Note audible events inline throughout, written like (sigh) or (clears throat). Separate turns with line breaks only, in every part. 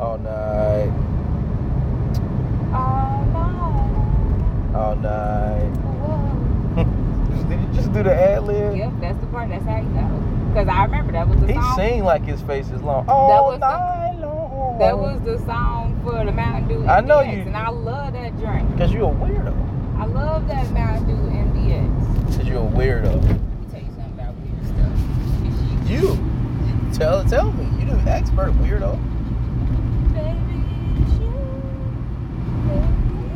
all night,
All night.
all night.
Whoa.
Just- Did you just do the ad lib?
Yep, that's the part. That's how you know. Because I remember that was the
He
song.
sing like his face is long. All
was the-
night long.
That was the song for the Mountain Dew.
I know
MDX,
you-
And I love that drink.
Cause you a weirdo.
I love that Mountain Dew MDX.
Cause you a weirdo.
Let me tell you something about weird stuff. It's you,
You tell tell me. You the expert weirdo.
baby. It's you. Baby,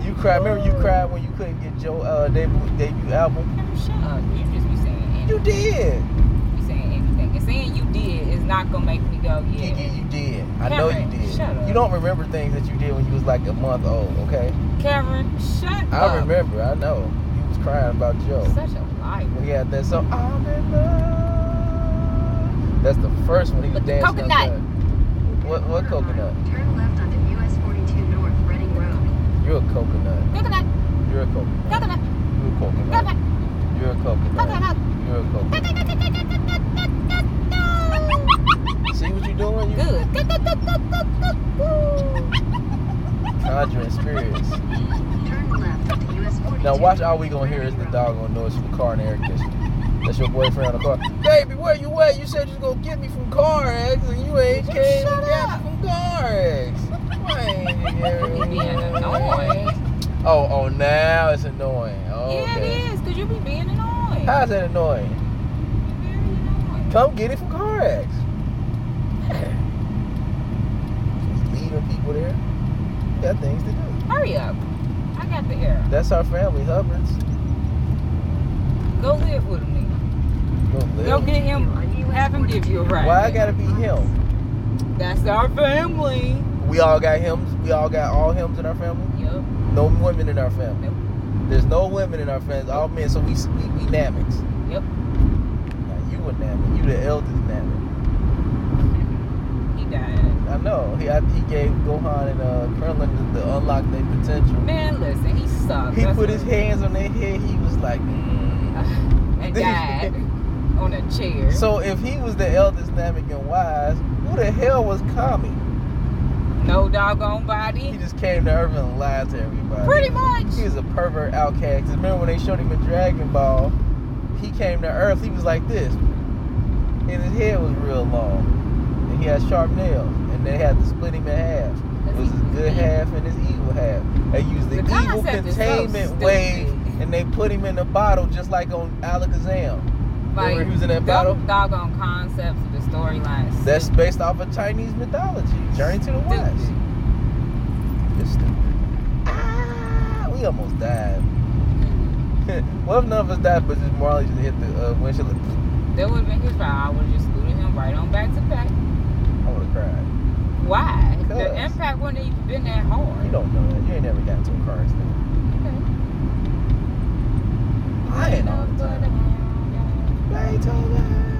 You cried. Remember you
you.
cried when you couldn't get your uh, debut debut album.
I'm sure. Uh, You just be saying anything.
You did.
be saying anything. And saying you did is not going to make me go,
Yeah, yeah,
yeah.
you did. I know you
Karen,
did.
shut up.
You don't remember things that you did when you was like a month old, okay?
Karen, shut up.
I remember. I know. You was crying about Joe.
Such a liar.
We had that song. I'm in love. That's the first one he was
With the
dancing.
coconut.
outside. What what coconut?
Turn left onto US 42 North Reading Road.
You're a coconut.
Coconut,
You're a coconut.
coconut,
You're a coconut.
coconut,
You're a coconut.
coconut.
You're a coconut. See what you're doing? You
Good.
conjuring spirits.
Turn left onto US 42.
Now watch all we gonna hear is the doggone noise from the car and air conditioning. That's your boyfriend on the car. Baby, where you at? You said you was gonna get me from car eggs and you ain't
Just
came
shut
and got
up.
me from car eggs. Why
You being annoying.
Oh, oh, now it's annoying. Oh,
Yeah,
okay.
it is, because you be being annoying.
How's that annoying?
You're very annoying.
Come get it from car eggs. Just leaving people there. You got things to do.
Hurry up. I got the air.
That's our family, Hubbards.
Go live with him.
Go
then.
live.
Go get him. Have him give you a ride.
Why I gotta be him?
That's our family.
We all got hymns. We all got all hymns in our family.
Yup.
No women in our family.
Nope.
There's no women in our family. All men. So we we, we namics.
Yep.
Now you a namic. You the eldest namic.
He died.
I know. He I, he gave Gohan and uh Krillin the, the unlock their potential.
Man, listen, he sucked.
he
That's
put
what-
his hands on their head. He was like. Mm. (laughs)
and died on a chair.
So if he was the eldest namic and wise, who the hell was Kami?
no doggone
He
body.
just came to Earth and lied to everybody.
Pretty much.
He was a pervert outcast. 'Cause Remember when they showed him in Dragon Ball? He came to Earth. He was like this, and his head was real long, and he had sharp nails. And they had to split him in half. It was his good half and his evil half. They used
The
the, evil
concept is so
containment
stupid.
wave, and they put him in a bottle just like on Alakazam. Remember
Like,
he was in that
dumb
battle.
Doggone concepts of the storylines.
That's based off of Chinese mythology. Journey to the
Stupid.
West. It's stupid. Ah, we almost died. (laughs) what if none of us died, but just Marley just hit the uh, windshield? I
That would have been his fault. I would have just scooted him right on back to back.
would have cried.
Why? The
Because-
impact wouldn't have even been that
You
hard.
don't know that. You ain't never got into a car accident.
Okay.
Lying all the time. Beethoven.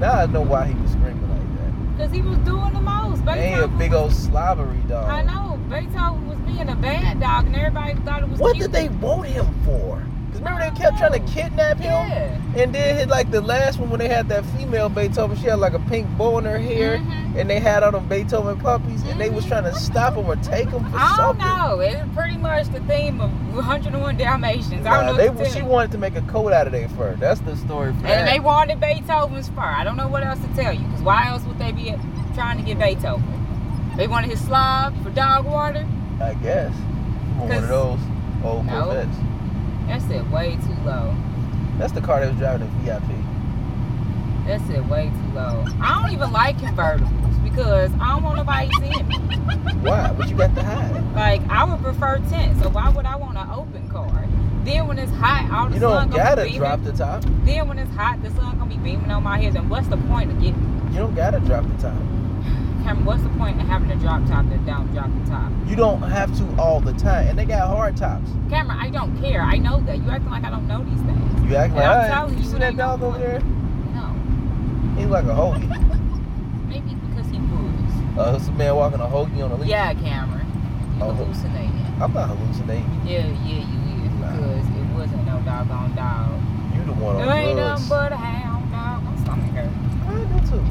Now I know why he was screaming like
Because he was doing the most.
that. And he a
Beethoven
big
was-
old slobbery dog.
I know. Beethoven was being a bad dog, and everybody thought it was
What
cute.
did they want him for? Because remember they kept trying to kidnap him?
Yeah.
And then hit like the last one when they had that female Beethoven, she had like a pink bow in her hair,
Mhm.
and they had all them Beethoven puppies, and they was trying to stop him or take him for
I don't
something.
know. It's pretty much the theme of 101 Dalmatians. I
Nah,
don't know.
they,
what to tell
she
you.
wanted to make a coat out of their fur. That's the story. For
and
that.
they wanted Beethoven's fur. I don't know what else to tell you. Because why else would they be trying to get Beethoven? They wanted his slob for dog water.
I guess one of
'Cause-
those old
No.
Corvettes.
That's it way too low.
That's the car that was driving the VIP.
That's it way too low. I don't even like convertibles because I don't want nobody seeing me.
Why? What you got to hide?
Like I would prefer tent. So why would I want an open car? Then when it's hot, all Oh, the sun
You don't
gonna
gotta
be beaming.
drop the top.
Then when it's hot, the sun gonna be beaming on my head. Then what's the point of getting?
You don't gotta drop the top.
Cameron, what's the point of having a drop top that don't drop the top?
You don't have to all the time. And they got hard tops.
Cameron, I don't care. I know that. You acting like I don't know these things.
You
And
act like
I'm
"Alright,
telling
you
you,
see
it
that
ain't no
dog over
point."
there?
No.
He's like a hoagie.
Maybe it's because he moves.
Uh, it's a man walking a hoagie on a leash.
Yeah, Cameron. You
Oh.
hallucinating.
I'm not hallucinating.
Yeah, yeah, you is.
Nah. Oh,
Because it wasn't no doggone dog.
You the one
It
on
ain't
drugs.
nothing but a hound dog. My stomach hurt.
I do too.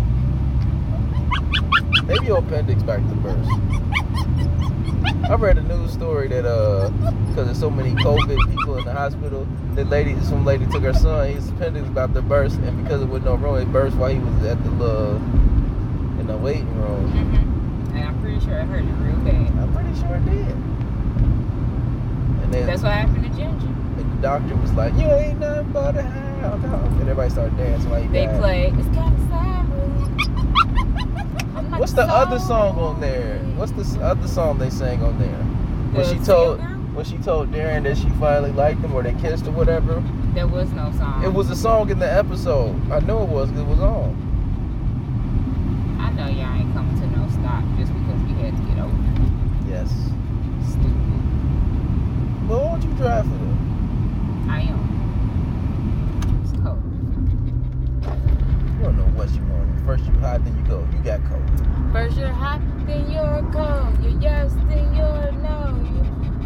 Maybe your appendix back to burst. I read a news story that uh, because there's so many COVID people in the hospital, the lady, some lady took her son, his appendix about to burst, and because it was no room, it burst while he was at the little in the waiting room.
hmm And I'm pretty sure it hurt it real bad.
I'm pretty sure it did. And then
That's what happened to Ginger.
and the doctor was like, "You ain't nothing but a hound dog," and everybody started dancing while he
They
died.
played. It's kind of sad. I'm not
What's the other
sorry."
song on there? What's the s- other song they sang on there? When
The
she told
singer?
when she told Darren that she finally liked him or they kissed or whatever.
There was no song.
It was a song in the episode. I knew it was 'cause it was on.
I know y'all ain't coming to no stop just because we had to get over.
Yes.
it. Stupid.
But why don't you drive for them?
I am. It's cold.
You don't know what you want. First you hot, then you go. You got cold.
First you're hot, then you're cold. You're yes, then you're no. You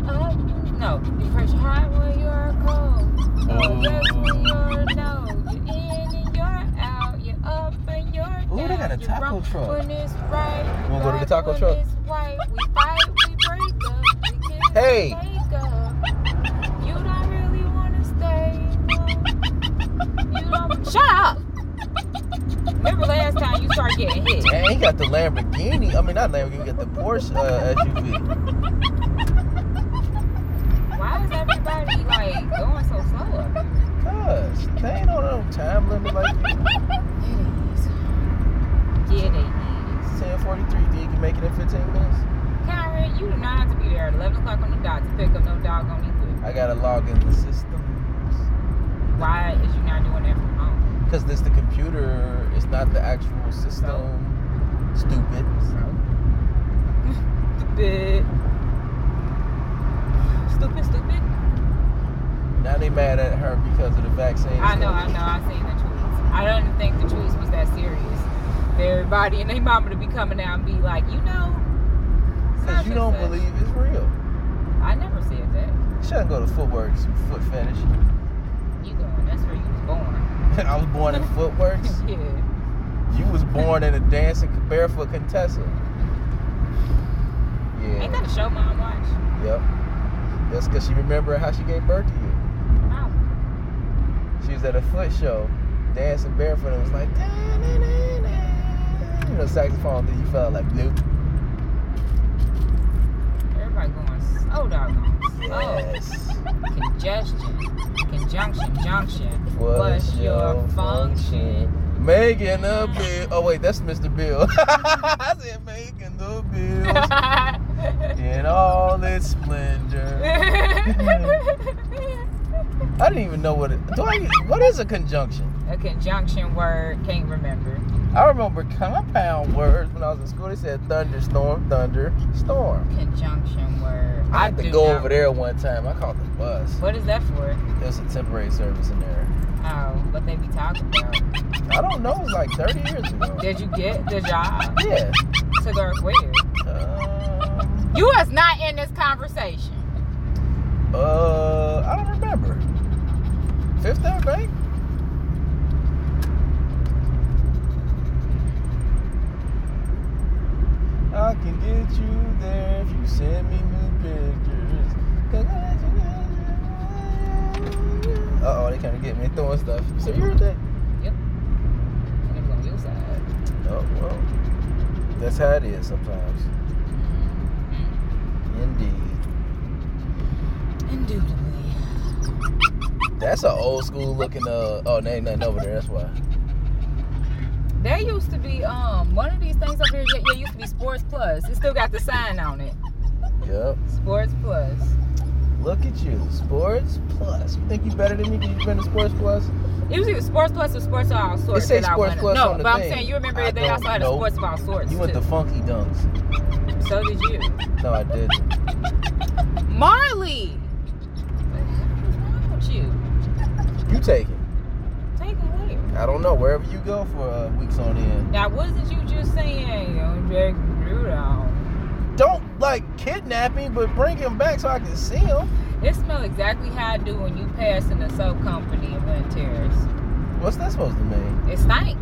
up, no. You first you're hot when you're cold. You're yes, then
Oh.
you're no. You're in and you're out. You're up and you're down.
Ooh, they got a
you're
taco
wrong
truck.
When it's right.
You wanna go to the
right
taco
when
truck?
It's right. We fight, we break up. We kiss,
Hey.
we make up. You don't really wanna stay. no. You don't. Shut up. Remember last time you started getting hit.
And he got the Lamborghini. I mean not Lamborghini, he got the Porsche uh, SUV.
Why is everybody like going so slow up here?
Cuz they ain't on no time limit like you.
Yeah, they is.
10:43. Do you can make it in 15 minutes?
Karen, you do not have to be there at 11 o'clock on the dot to pick up no dog on either.
I gotta log in the system.
Why is you not doing that from home?
Because this the computer, it's not the actual system. Stupid.
So. stupid. Stupid, stupid.
Now they mad at her because of the vaccine.
I know,
stuff.
I know. I seen the tweets. I don't think the tweets was that serious. Everybody and their mama to be coming out and be like, you know,
Because
such
you
and
don't
such.
believe it's real.
I never said that.
You shouldn't go to footworks, foot fetish. (laughs)
You going? That's where you was born. (laughs)
I was born in footworks.
yeah.
You was born in a dancing barefoot Contessa.
Ain't
Yeah.
that a show mom watch?
Yep. That's because she remembered how she gave birth to you.
Oh,
She was at a foot show, dancing barefoot, and was like, "Da-na-na-na." you know, saxophone. Then you felt like, nope.
everybody going so doggone slow.
Yes.
Congestion, conjunction, junction.
What's your
(laughs) function?
Making the bill. Oh wait, that's Mr. Bill. (laughs) I said making the bills in all its splendor. I didn't even know what it. Do I? What is a conjunction?
a conjunction word, can't remember.
I remember compound words when I was in school. They said thunderstorm, thunder, storm.
Conjunction word.
I had to
do
go
not-
over there one time. I caught the bus.
What is that for?
There's a temporary service in there.
Oh, what they be talking about?
I don't know. It was like 30 years ago.
Did you get the job?
Yeah.
To go where?
Um,
You was not in this conversation.
uh, I don't remember. Fifth Third Bank. I can get you there if you send me new pictures. Congratulations. Uh oh, they kind of get me throwing stuff. So you heard that?
And it was on your side.
Oh well, that's how it is sometimes. Indeed,
Indubitably.
that's an old school looking. Uh oh, there ain't nothing over there. That's why.
There used to be um one of these things over here. Yeah, yeah, used to be Sports Plus. It still got the sign on it.
Yep.
Sports Plus.
Look at you, Sports Plus. You think you better than me because you've been to Sports Plus?
It was either Sports Plus or Sports of All Sorts.
It said
that I
Sports
went-
Plus
No,
on the
but I'm
thing.
saying you remember
I
they also
don't
had a
know.
Sports of All Sorts.
You went to
too.
Funky Dunks.
so did you.
No, I didn't.
Marley. What's wrong with you?
You take it.
Take away.
I don't know. Wherever you go for uh, weeks on end.
Now wasn't you just saying yo, Jack Rudolph?
Don't like kidnap me, but bring him back so I can see him.
It smell exactly how I do when you pass in the soap company in Lynn Terrace.
What's that supposed to mean?
It stank.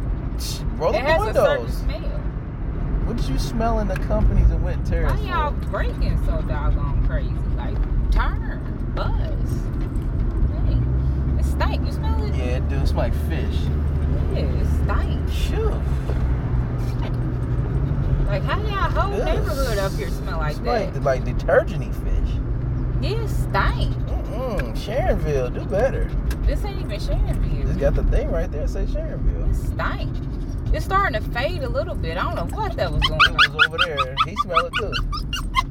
Roll
It
up the
has a certain
windows.
smell.
We But you smelling the companies and went
Why
terrorist.
y'all breaking so doggone crazy? Like, turn, buzz. Hey, it stank. You smell it?
Yeah, dude, it's like fish.
Yeah, it stank.
Shoo.
Like, how y'all whole
Ugh.
neighborhood up here smell like
it's
that?
like like detergenty fish.
It stank.
Mm-mm. Sharonville, do better.
This ain't even
It's
Sharonville.
got the thing right there. Say Sharonville.
It stank. It's starting to fade a little bit. I don't know what that was
It
going
was over there. He smelled it too.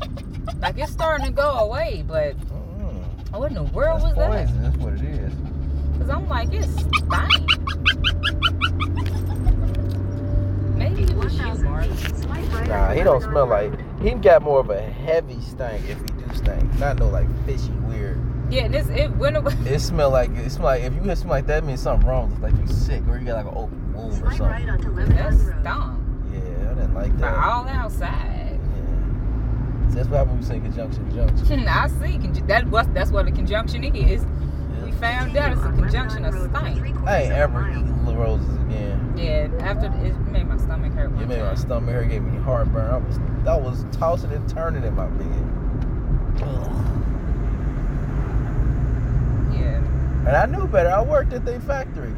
on. Like, it's starting to go away, but
Mm-mm.
what in the world
That's
was that?
poison. That's what it is.
Cause I'm like, it's stank. Maybe it was you,
1,000
Mark.
feet. Slight right
Nah,
on
he don't
Lebanon
smell like.
Road.
He got more of a heavy stink if he do stink. Not no like fishy weird.
Yeah, and this it went away.
It smell like it smell like if you smell like that means something wrong. It's like you sick or you got like an open wound or
Slight
something.
right onto
That's
Lebanon Road.
dumb.
Yeah, I didn't like
For
that.
all outside.
Yeah. So that's what happened when we say conjunction junction.
I see. Conj- That what that's what a conjunction is. We
Yeah.
found out it's a
Continue on
conjunction of
Lebanon Road for
stank.
three-quarters
I ain't
of a
ever
mile.
eating La Roses again.
Yeah, after it made my stomach hurt.
It
One
made my
time.
stomach hurt, gave me heartburn. I was I was tossing and turning in my bed. Ugh.
Yeah,
And I knew better. I worked at their factory.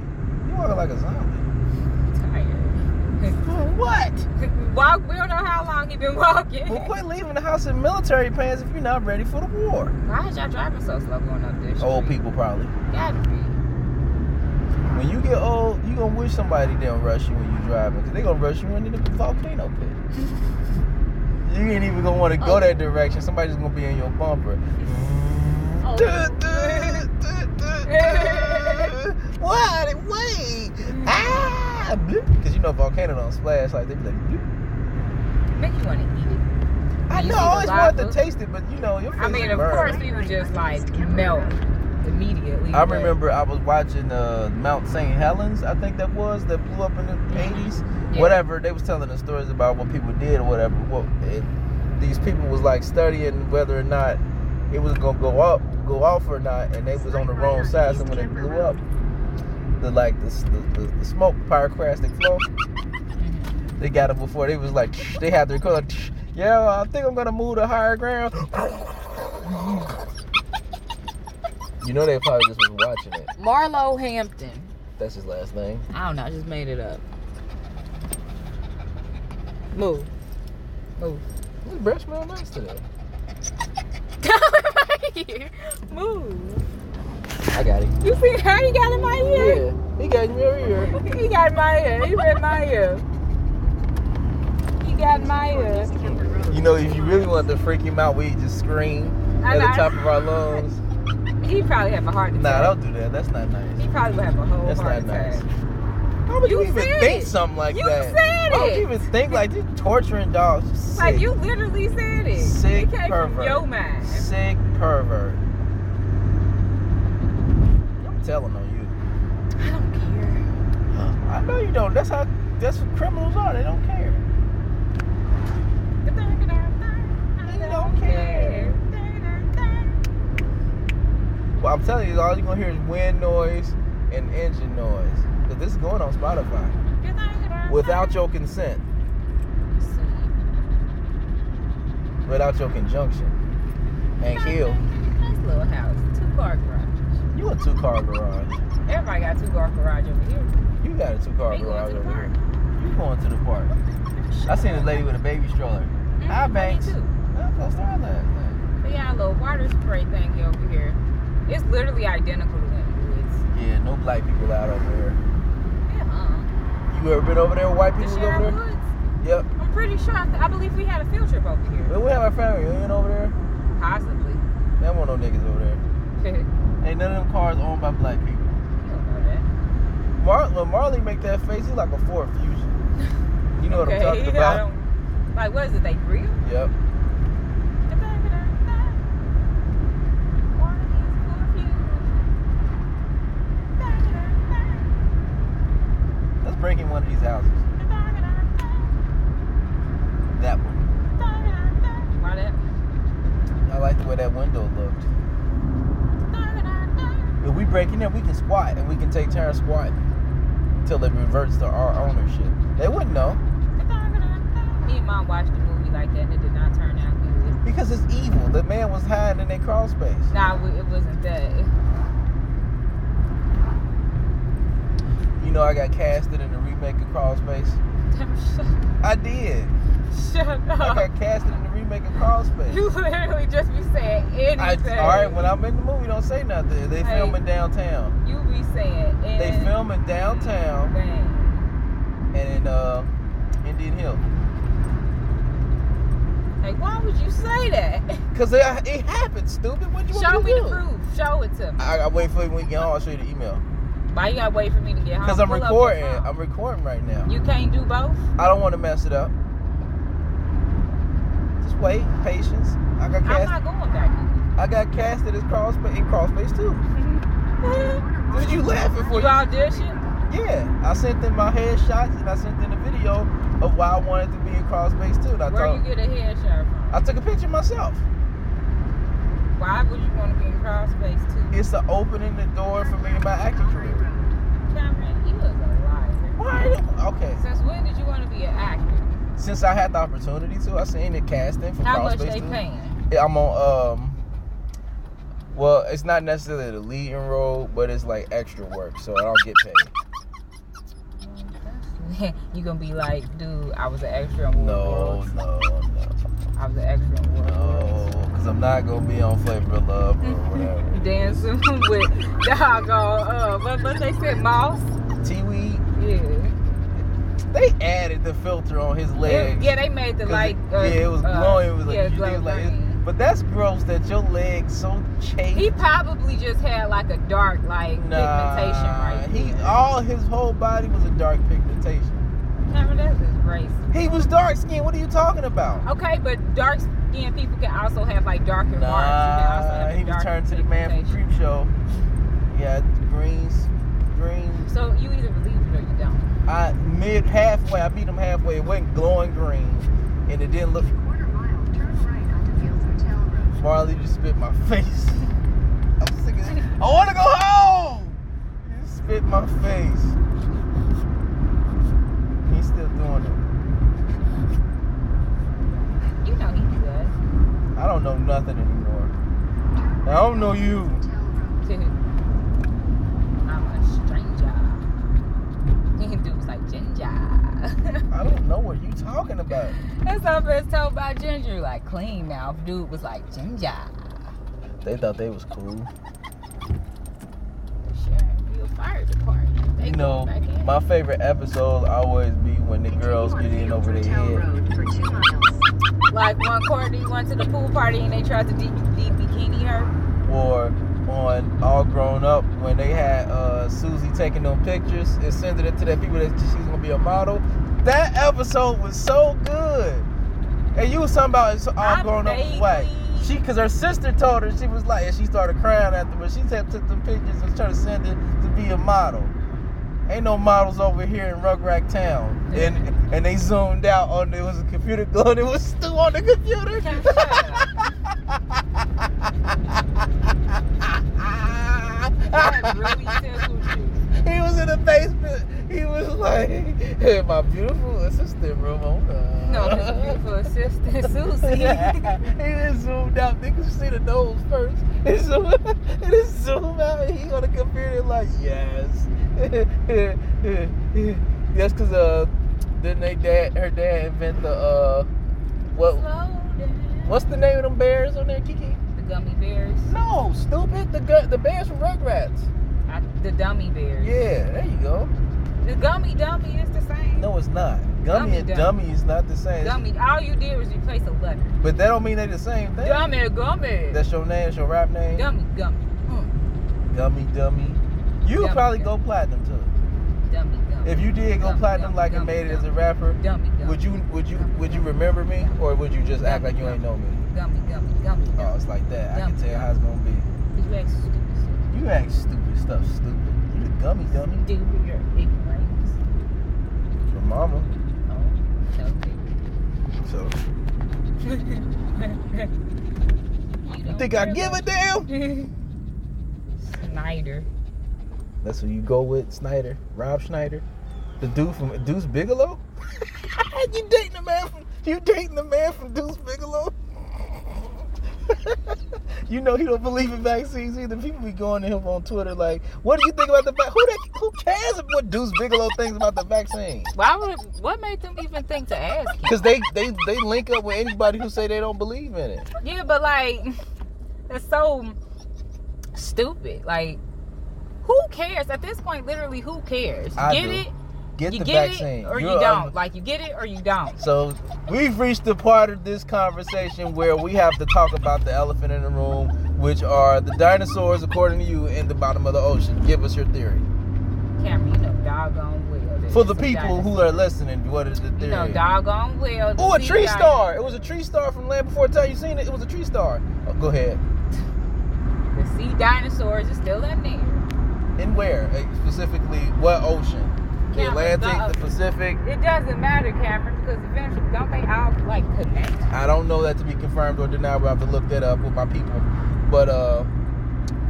You walking like a zombie.
I'm tired. (laughs)
Doing what?
Walk. We don't know how long he been walking.
Well, quit leaving the house in military pants if you're not ready for the war.
Why is y'all driving so slow going up this?
Old
street?
people probably.
Gotta be.
When you get old, you gonna wish somebody didn't rush you when you driving, cause they gonna rush you into the volcano pit. you ain't even gonna want to go
Oh.
that direction. Somebody's gonna be in your bumper.
Oh. (laughs)
What? Wait! Ah! Bloop. Cause you know volcano don't splash like they be like. Bloop.
Make you want to eat it.
I
You see
know.
the
I always wanted
lava?
to taste it, but you know your face
I mean, of
burn.
course, people just like melt immediately.
I
but-
remember I was watching uh, Mount St. Helens, I think that was, that blew up in the eighties.
Yeah.
Whatever they was telling the stories about what people did or whatever. What it, these people was like studying whether or not it was gonna go up, go off or not, and they was on the wrong side. So when it blew up, the like the the, the, the smoke pyroclastic flow, they got it before they was like they had to record. Yeah, I think I'm gonna move to higher ground. You know they probably just was watching it.
Marlo Hampton.
That's his last name.
I don't know. I just made it up. Move. Move.
This breath smell nice today.
Move.
I got it.
You see how he got in my ear?
Yeah, he got me every year.
He got in my ear. He read my ear. He got in my ear.
You know, if you really want to freak him out, we just scream
I
at the
know.
top of
(laughs)
our lungs.
He probably have a heart
Nah,
attack.
don't do that. That's not nice.
he probably would have a whole
That's
heart
not nice.
attack.
How would you,
You
even
said
think
it.
something like
You
that?
said
Why would
it.
you even think like this? Torturing dogs. Sick,
Like you literally said it.
Sick
it came
pervert.
from your mind.
sick pervert. I'm telling on you.
I don't care.
I know you don't. That's how. That's what criminals are. They don't care.
I
They don't care. Well, I'm telling you, all you're gonna hear is wind noise and engine noise. Cause this is going on Spotify without your consent, without your conjunction, and kill.
Nice little house, two car garage.
You a two car garage.
Everybody got two car garage over here.
You got a two car
They going
garage
to the
over
park.
here. You going to the park? I seen this lady with a baby stroller.
Mhm,
Hi,
me
Banks.
too.
I was there last night.
They got a little water spray thingy over here. It's literally identical to Linwood's.
Yeah, no black people out over here.
Yeah, huh?
You ever been over there? with White
Uh-uh. The
people
Sharon
over there?
Woods.
Yep.
I'm pretty sure. I, th- I believe we had a field trip over here.
Well, we have our family reunion over there.
Possibly. (laughs)
There will no niggas over there.
you don't
Ain't none of them cars owned by black people.
know that.
Mar- when Marley make that face, he's like a Ford Fusion. You know what I'm
(laughs)
talking
I
about?
don't- like, what is it? They grill?
Yep. Let's break in one of these houses. That one.
Why that?
I like the way that window looked. If we break in there, we can squat and we can take turns squatting until it reverts to our ownership. They wouldn't know.
Me and my don't watch the movie like that and it did not turn out good.
Because it's evil. The man was hiding in their crawl space.
Nah, we- it wasn't that. (laughs)
You know, I got casted in the remake of Crawl Space.
Shut,
I did.
shut
I
up.
got casted in the remake of Crawl Space.
You literally just be saying anything.
I, all right, when I'm in the movie, don't say nothing. They
Hey.
filming downtown.
you be saying anything.
They filming downtown and in uh, Indian Hill.
Like, why would you say that? (laughs)
Cause it, it happened, stupid. What you
Show
want me
me
to
the
do?
proof. Show it to me.
I, I wait for you when you get home. I'll show you the email.
Why you gotta wait for me to get home?
Cause I'm
Pull up your
recording.
phone.
I'm recording right now.
You can't do both.
I don't want to mess it up. Just wait, patience. I got
I'm
cast.
not going back.
I got casted as Crossface in Crossface too. What you laughing
You
for?
audition?
Yeah, I sent them my headshots and I sent them the video of why I wanted to be in Crossface too. And I
Where you
told,
get a headshot from?
I took a picture myself.
Why would you want to be in crawl space too?
It's the opening the door for me and my acting career.
Cameron, you is a liar.
Why? Okay.
Since when did you want to be an actor?
Since I had the opportunity to, I seen the casting for
How much
Crossface
they
too.
paying? (laughs)
Yeah, I'm on um well, it's not necessarily the leading role, but it's like extra work, so I don't get paid.
you gonna be like, dude, I was an extra on War
No,
Wheels.
no, no,
I was an extra on War
no, because I'm not gonna be on Flavor of Love or
Mm-hmm. Wheels.
whatever.
Dancing (laughs) with dog on uh, what what they said, Moss?
Tiwi,
Yeah.
they added the filter on his
It-
legs.
yeah, they made the
'cause
light.
it-
Uh,
yeah, it was
uh,
glowing. It was like,
yeah,
it
glow
was like
green.
but that's gross that your legs so chafed.
He probably just had like a dark like pigmentation right
he
there.
all his whole body was a dark pigmentation.
Cameron, that's just racist.
He was dark skinned. What are you talking about?
Okay, but dark skinned people can also have like darker marks. You can also
Nah,
have a
he
darker
returned to the man from
pigmentation.
Creep Show. Yeah, greens, greens.
So you either believe it or you don't.
I mid halfway, I beat him halfway. It wasn't glowing green, and it didn't look.
Quarter mile, turn right onto Fields Hotel Road.
Marley just spit my (laughs) face. I'm sick of it. I want to go home. He just spit my face. He's still doing it.
You know he does.
I don't know nothing anymore. I don't know you.
Hotel Road.
I'm a stranger. He do was like ginger. (laughs)
I don't know what you talking about.
That's how I first told by ginger, like clean mouth. Dude was like ginger.
They thought they was cool.
Sure, you a fire department. They
You
going
know,
back in.
my favorite episodes always be when the
Continue
girls
on
get in
Fields
over their
Hotel
head.
Road for two miles.
Like when Courtney went to the pool party and they tried to de- de- bikini her.
Or on All Grown Up when they had uh, Susie taking them pictures and sending it to the people that she's gonna be a model. That episode was so good. And you was talking about it's all
I
grown up
vaguely-
way. She, cause her sister told her she was like, and she started crying afterwards. She said took them pictures and trying to send it to be a model. Ain't no models over here in Rugrat Town. And and they zoomed out on it was a computer (laughs) glow and it was Stu on the computer.
Now, shut up.
(laughs)
That really tickled you.
he was in the basement. He was like, hey, my beautiful assistant, Ramona.
No, his beautiful (laughs) assistant Susie.
(laughs) he just zoomed out. They could see the nose first. (laughs) He zoomed, he just zoomed out and he on the computer like, yes. (laughs) yes, because uh, didn't they dad, her dad invent the, uh,
Slow
what,
down.
what's the name of them bears on there, Kiki?
The gummy bears.
No, stupid. The gu- the bears from Rugrats.
I, the dummy bears.
Yeah, there you go.
The gummy dummy is the same.
No, it's not. Gummy,
Gummy
and
dummy.
dummy is not the same.
Gummy. All you did was replace a letter.
But that don't mean they the same thing.
Dummy, gummy.
That's your name. That's your rap name.
Dummy, gummy. Mm,
Dummy, dummy. You would
Dummy,
probably
dummy.
go platinum too.
Dummy, gummy.
If you did go
Dummy,
platinum
dummy,
like
dummy,
and made it
dummy.
as a rapper,
Dummy, dummy.
would you would you would you remember me or would you just act like you ain't know me?
Gummy, gummy, gummy. gummy.
Oh, it's like that. I can
Dummy,
tell you how it's gonna be.
You act stupid, stupid.
You act stupid stuff, stupid. You the gummy dummy.
(laughs) do with your
(laughs)
ignorance.
Your mama.
Oh, okay.
So
You
you
don't
think I
care
give a
about-
damn?
(laughs) Snyder.
That's who you go with, Snyder. Rob Schneider. The dude from Deuce Bigelow? (laughs) you dating a man from you dating the man from Deuce Bigelow? (laughs) you know he don't believe in vaccines either. People be going to him on Twitter like, "What do you think about the vaccine? Who, that- who cares what Deuce Bigelow thinks about the vaccine?"
Why would? What made them even think to ask him?
Because they, they they link up with anybody who say they don't believe in it.
Yeah, but like, that's so stupid. Like, who cares at this point? Literally, who cares? You
I
get
do.
it?
Get
you
the
get
vaccine,
it, or you
You're
don't.
un-
like, you get it, or you don't.
So we've reached the part of this conversation where we have to talk about the elephant in the room, which are the dinosaurs, according to you, in the bottom of the ocean. Give us your theory.
Cameron, you know doggone well. that
For the
it's a
people who are listening, what is the
dinosaur. you know
theory?
doggone well.
Oh, a
sea
tree
dino-
star! It was a tree star from Land Before Time. You seen it? It was a tree star. Oh, go ahead.
The sea dinosaurs is still in there.
And where? Eh, Specifically, what ocean? The
Yeah, but
Atlantic,
the-
the Pacific.
It doesn't matter, Cameron, because eventually, don't they all like connect?
I don't know that to be confirmed or denied. We'll have to look that up with my people. But uh,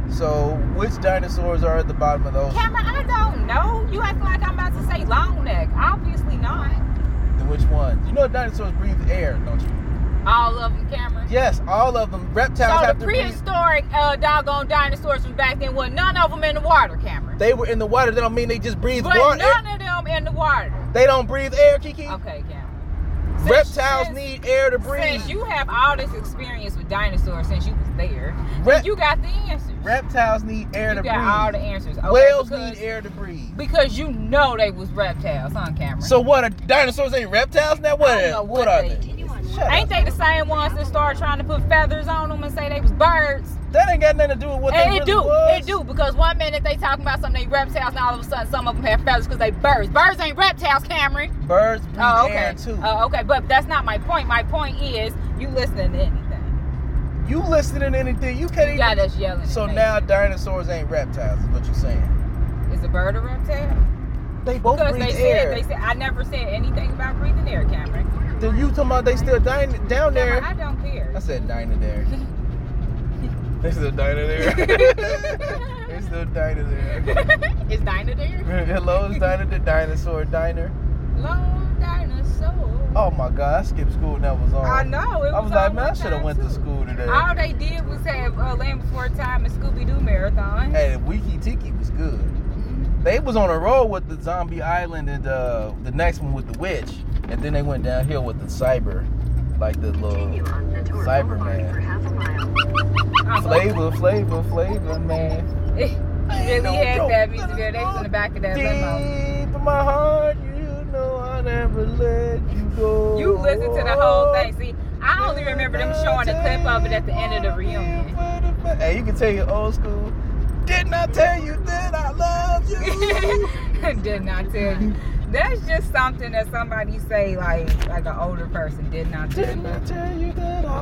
so which dinosaurs are at the bottom of the ocean?
Cameron, I don't know. You act like I'm about to say long neck. Obviously not.
And which ones? You know dinosaurs breathe air, don't you?
All of them, Cameron.
Yes, all of them. Reptiles
So
have
the
to breathe.
prehistoric uh, doggone dinosaurs from back then was none of them in the water, Cameron.
They were in the water. That don't mean they just breathe
but
water.
none of them in the water.
They don't breathe air, Kiki.
Okay, Cameron. Since-
Reptiles
since-
need air to breathe.
Since you have all this experience with dinosaurs since you was there,
Rep-
you got the answers.
reptiles need air
you
to
got all the
breathe.
answers. Okay,
Whales
because,
need air to breathe.
Because you know they was reptiles, huh, Cameron?
So what? Are dinosaurs ain't reptiles now? What?
I don't know what
are
they
they?
is.
Shut
Ain't
up.
they the same ones that started trying to put feathers on them and say they was birds?
That ain't got nothing to do with what
And
they
it
really
do,
was.
it do, because one minute they talking about something they reptiles, and all of a sudden some of them have feathers because they birds. Birds ain't reptiles, Cameron.
Birds breathe
Oh, okay.
air too.
Oh, okay, but that's not my point. My point is you listening to anything.
you listening to anything? You can't
You
even.
got us yelling. at
so
me.
now dinosaurs ain't reptiles. Is what you're saying?
is a bird a reptile?
They both
Because
breathe
they
air.
said they said I never said anything about breathing air, Cameron.
Then you talking about they still dining
Cameron,
down there?
I don't care. (laughs)
I said dining there. They still dining there.
(laughs)
they still dining there.
is Dinah there?
Hello's diner, the dinosaur diner.
Long dinosaur.
Oh my god, I skipped school and that was on.
I know. It
I was like,
on
man, I
one
should have
time,
went to
too.
school today.
All they did was have uh, Land Before Time and Scooby Doo marathon. Mm-hmm.
Hey, Wiki Tiki was good. They was on a roll with the Zombie Island and uh, the next one with the witch, and then they went downhill with the cyber, like the little
Continue on Natura Boulevard for
Cyberman.
half a mile.
I'm
Flavor, flavor, flavor, man.
(laughs) Really
no
had
joke.
that music video. They was in the back of that limo.
Deep in my heart, you know I never let you go.
You listen to the whole thing. See, I only remember them showing a clip of it at the end of the reunion. (laughs)
Hey, you can tell you old school. Didn't I tell you that I
(laughs)
love you?
did not tell you. That's just something that somebody say like like an older person did not tell
Didn't I
you.
tell you that I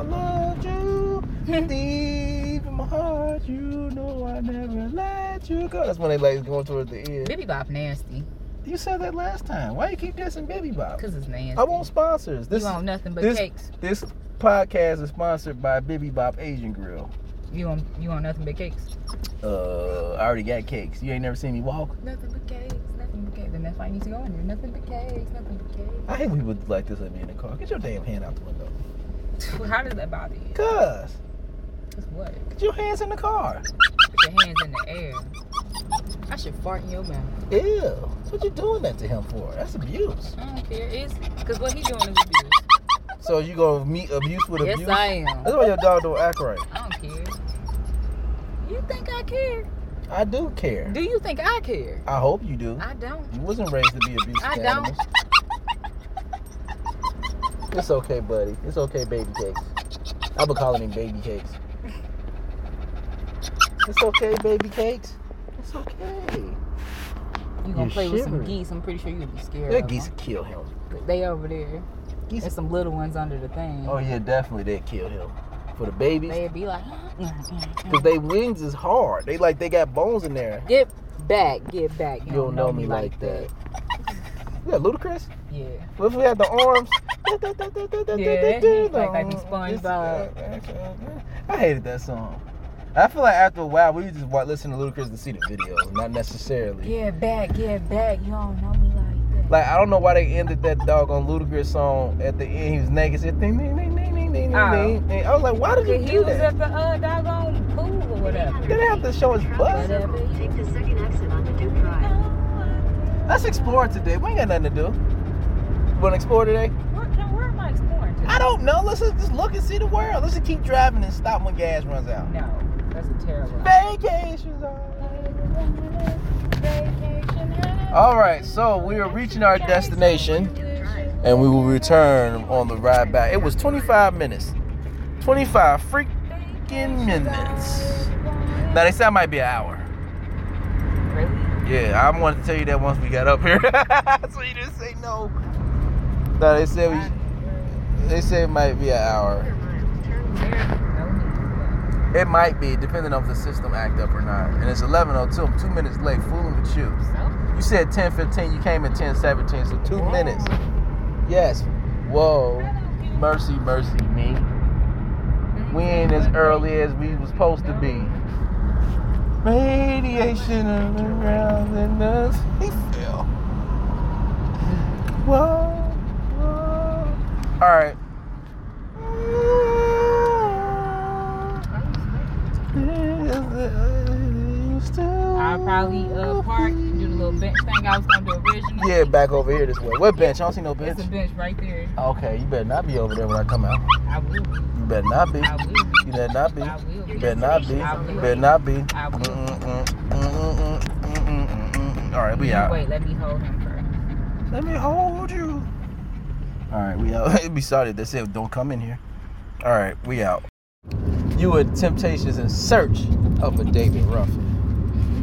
(laughs)
loved you? Deep in my heart, you know I never let you go. That's when they like going towards the end.
Bibi Bop nasty,
You said that last time. Why you keep dissing Bibby Bop?
cause it's nasty.
I want sponsors. This
you want nothing but
this-
cakes.
this podcast is sponsored by Bibby Bop Asian Grill.
You want you want nothing but cakes.
Uh, I already got cakes. You ain't never seen me walk.
Nothing but cakes, nothing but cakes. Then that's why I need to go in there. Nothing but cakes, nothing but cakes.
I hate when people like this at me in the car. Get your damn hand out the window.
(laughs) How does that bother you?
Cuz,
Cause what?
get your hands in the car.
Put your hands in the air. I should fart in your mouth.
Ew. What you doing that to him for? That's abuse.
I don't care. It's because what he doing is abuse.
So you gonna meet abuse with abuse?
Yes, I am.
That's why your dog don't act right.
I don't care. You think I care?
I do care.
Do you think I care?
I hope you do.
I don't.
You wasn't raised to be abusive
I
to
don't.
animals. It's okay, buddy. It's okay, baby cakes. I've been calling him baby cakes. It's okay, baby cakes. It's okay.
You gonna
You
play with some
shivering.
geese? I'm pretty sure you'll be scared.
That
of
geese
'em.
kill him.
They over there.
Geese-
There's some little ones under the thing.
Oh yeah, definitely they kill him. For the babies.
They'd be like, mm, mm,
Because
mm.
they wings is hard. They like they got bones in there.
get back, get back.
You don't know me like that. Yeah, ludicrous.
Yeah.
What if we had the arms?
Yeah, like- like from SpongeBob.
I hated that song. I feel like after a while, we just want listen to Ludacris to see the videos, not necessarily.
Get back, get back. You don't know me like that.
Like I don't know why they ended that doggone Ludacris song at the end. He was naked, said ding ding ding ding ding ding
Oh.
ding. And I was like, why did you
Cause he
do
was
that?
at the uh, doggone pool or whatever.
They didn't have to show his butt.
Take the second exit onto Duke Drive.
Let's explore today. We ain't got nothing to do. Wanna explore today?
Where, now, where am I exploring today?
I don't know. Let's just just look and see the world. Let's just keep driving and stop when gas runs out.
No, that's a terrible.
Vacations. are- All right, so we are reaching our destination, and we will return on the ride back. It was 25 minutes. 25 freaking minutes. Now they said it might be an hour.
Really?
Yeah, I wanted to tell you that once we got up here, (laughs) so you didn't say no. No, they said we. They said it might be an hour.
Quarter mile, turn
There is no need for
It might be, depending on if the system act up or not. And it's 11:02. I'm two minutes late. Fooling with you.
that. No?
You said 10:15. You came at 10:17. So two minutes. Yes. Whoa. Mercy, mercy me. We ain't as early as we was supposed to be. Radiation around us. He fell. Whoa. whoa. All right.
I'll probably uh, park and do the little bench thing I was gonna do originally.
Yeah, back over here this way. What bench? I don't see no bench.
There's a bench right there.
Okay, you better not be over there when I come out.
I will be.
You better not be.
I will be.
You better not be.
I will
You
be.
better not be.
I will.
You better not be. Mm,
I will.
Mm-mm-mm, mm-mm-mm, mm, mm-mm-mm. All right, we out.
Wait, let me hold him first.
Let me hold you. All right, we out. (laughs) It'd be sorry if they said don't come in here. All right, we out. You were temptations in search of a David Ruffin.
in a quarter mile,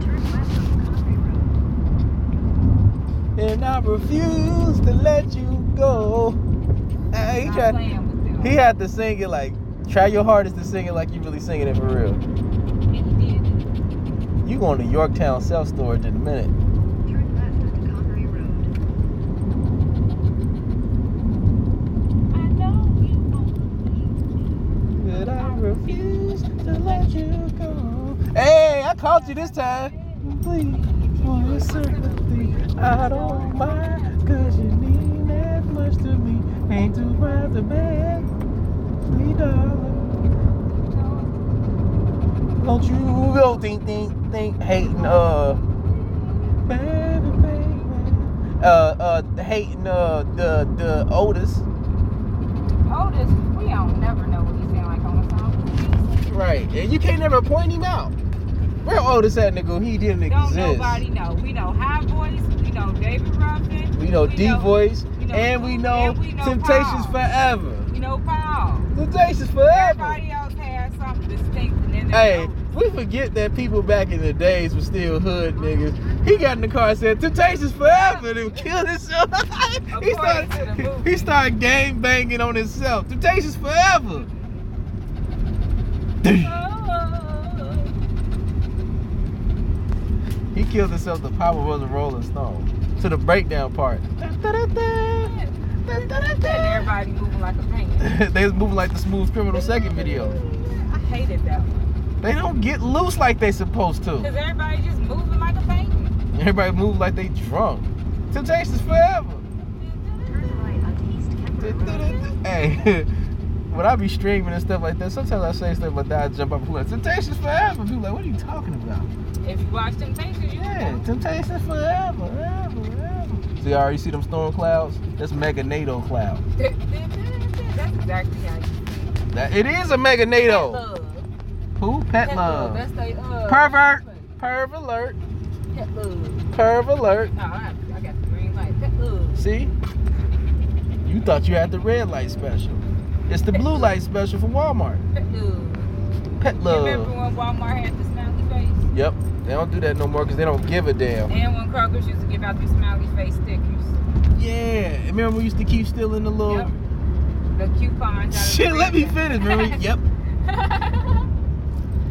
turn left on Conway Road.
And I refuse to let you go. Uh, he
Stop
tried.
playing with them.
He had to sing it like, try your hardest to sing it like you really singing it for real.
And he did.
You going to Yorktown Self Storage in a minute.
Turn left onto Conway Road.
I know you won't
But I refuse to let you go. Hey, I caught you this time. Please, for your sympathy, I don't mind. Cause you mean that much to me. Ain't too proud to beg. Please, darling. Don't you go think, think, think, hating, uh, baby, baby. Uh, uh, hating, uh, the, the Otis.
Otis, we don't never know what he sound like on the song.
Right, and you can't never point him out. Where Otis at, nigga? He didn't
Don't
exist.
nobody know. We know high voice. We know David Ruffin.
We know D voice,
we know-
and we know
and we know
Temptations
Paul.
forever.
We know Paul.
Temptations forever.
Everybody else has something distinct, and then they
Hey,
know.
we forget that people back in the days were still hood niggas. He got in the car and said, Temptations forever, and killed himself. (laughs) he,
According to the
started,
movie.
he started game banging on himself. Temptations forever. (laughs) (clears throat) He killed himself. The power was a Rolling Stone. To the breakdown part. (laughs)
And everybody moving like a man.
they was moving like the Smooth Criminal second video.
I hated that one.
They don't get loose like they supposed
Cause
to.
everybody just moving like a painting.
Everybody move like they drunk. Temptations forever.
Turn right onto East Kemper
(laughs)
Road.
Hey, when I be streaming and stuff like that, sometimes I say stuff like that. I jump up and like, Temptations forever. People like, what are you talking about?
If you watch Temptations, you
Yeah,
know. (laughs)
Temptations forever, forever, forever. See, I already see them storm clouds. That's mega NATO cloud.
That's exactly how you
That it is a mega NATO.
Love.
Who? Pet
Pet love.
love.
That's they uh
Pervert. Perv alert.
Pet love.
Perv alert.
No, I, I got the green light. Pet love.
See? You thought you had the red light special. It's
(laughs)
the blue light special from Walmart.
Pet love.
Pet
You remember
love.
when Walmart had the smiley face?
Yep. They don't do that no more because they don't give a damn.
And when Kroger's used to give out the smiley face stickers.
Yeah. And Remember we used to keep stealing the little
Yep. The coupons. out of
shit.
the
Let me
freezer. (laughs)
finish, man. yep.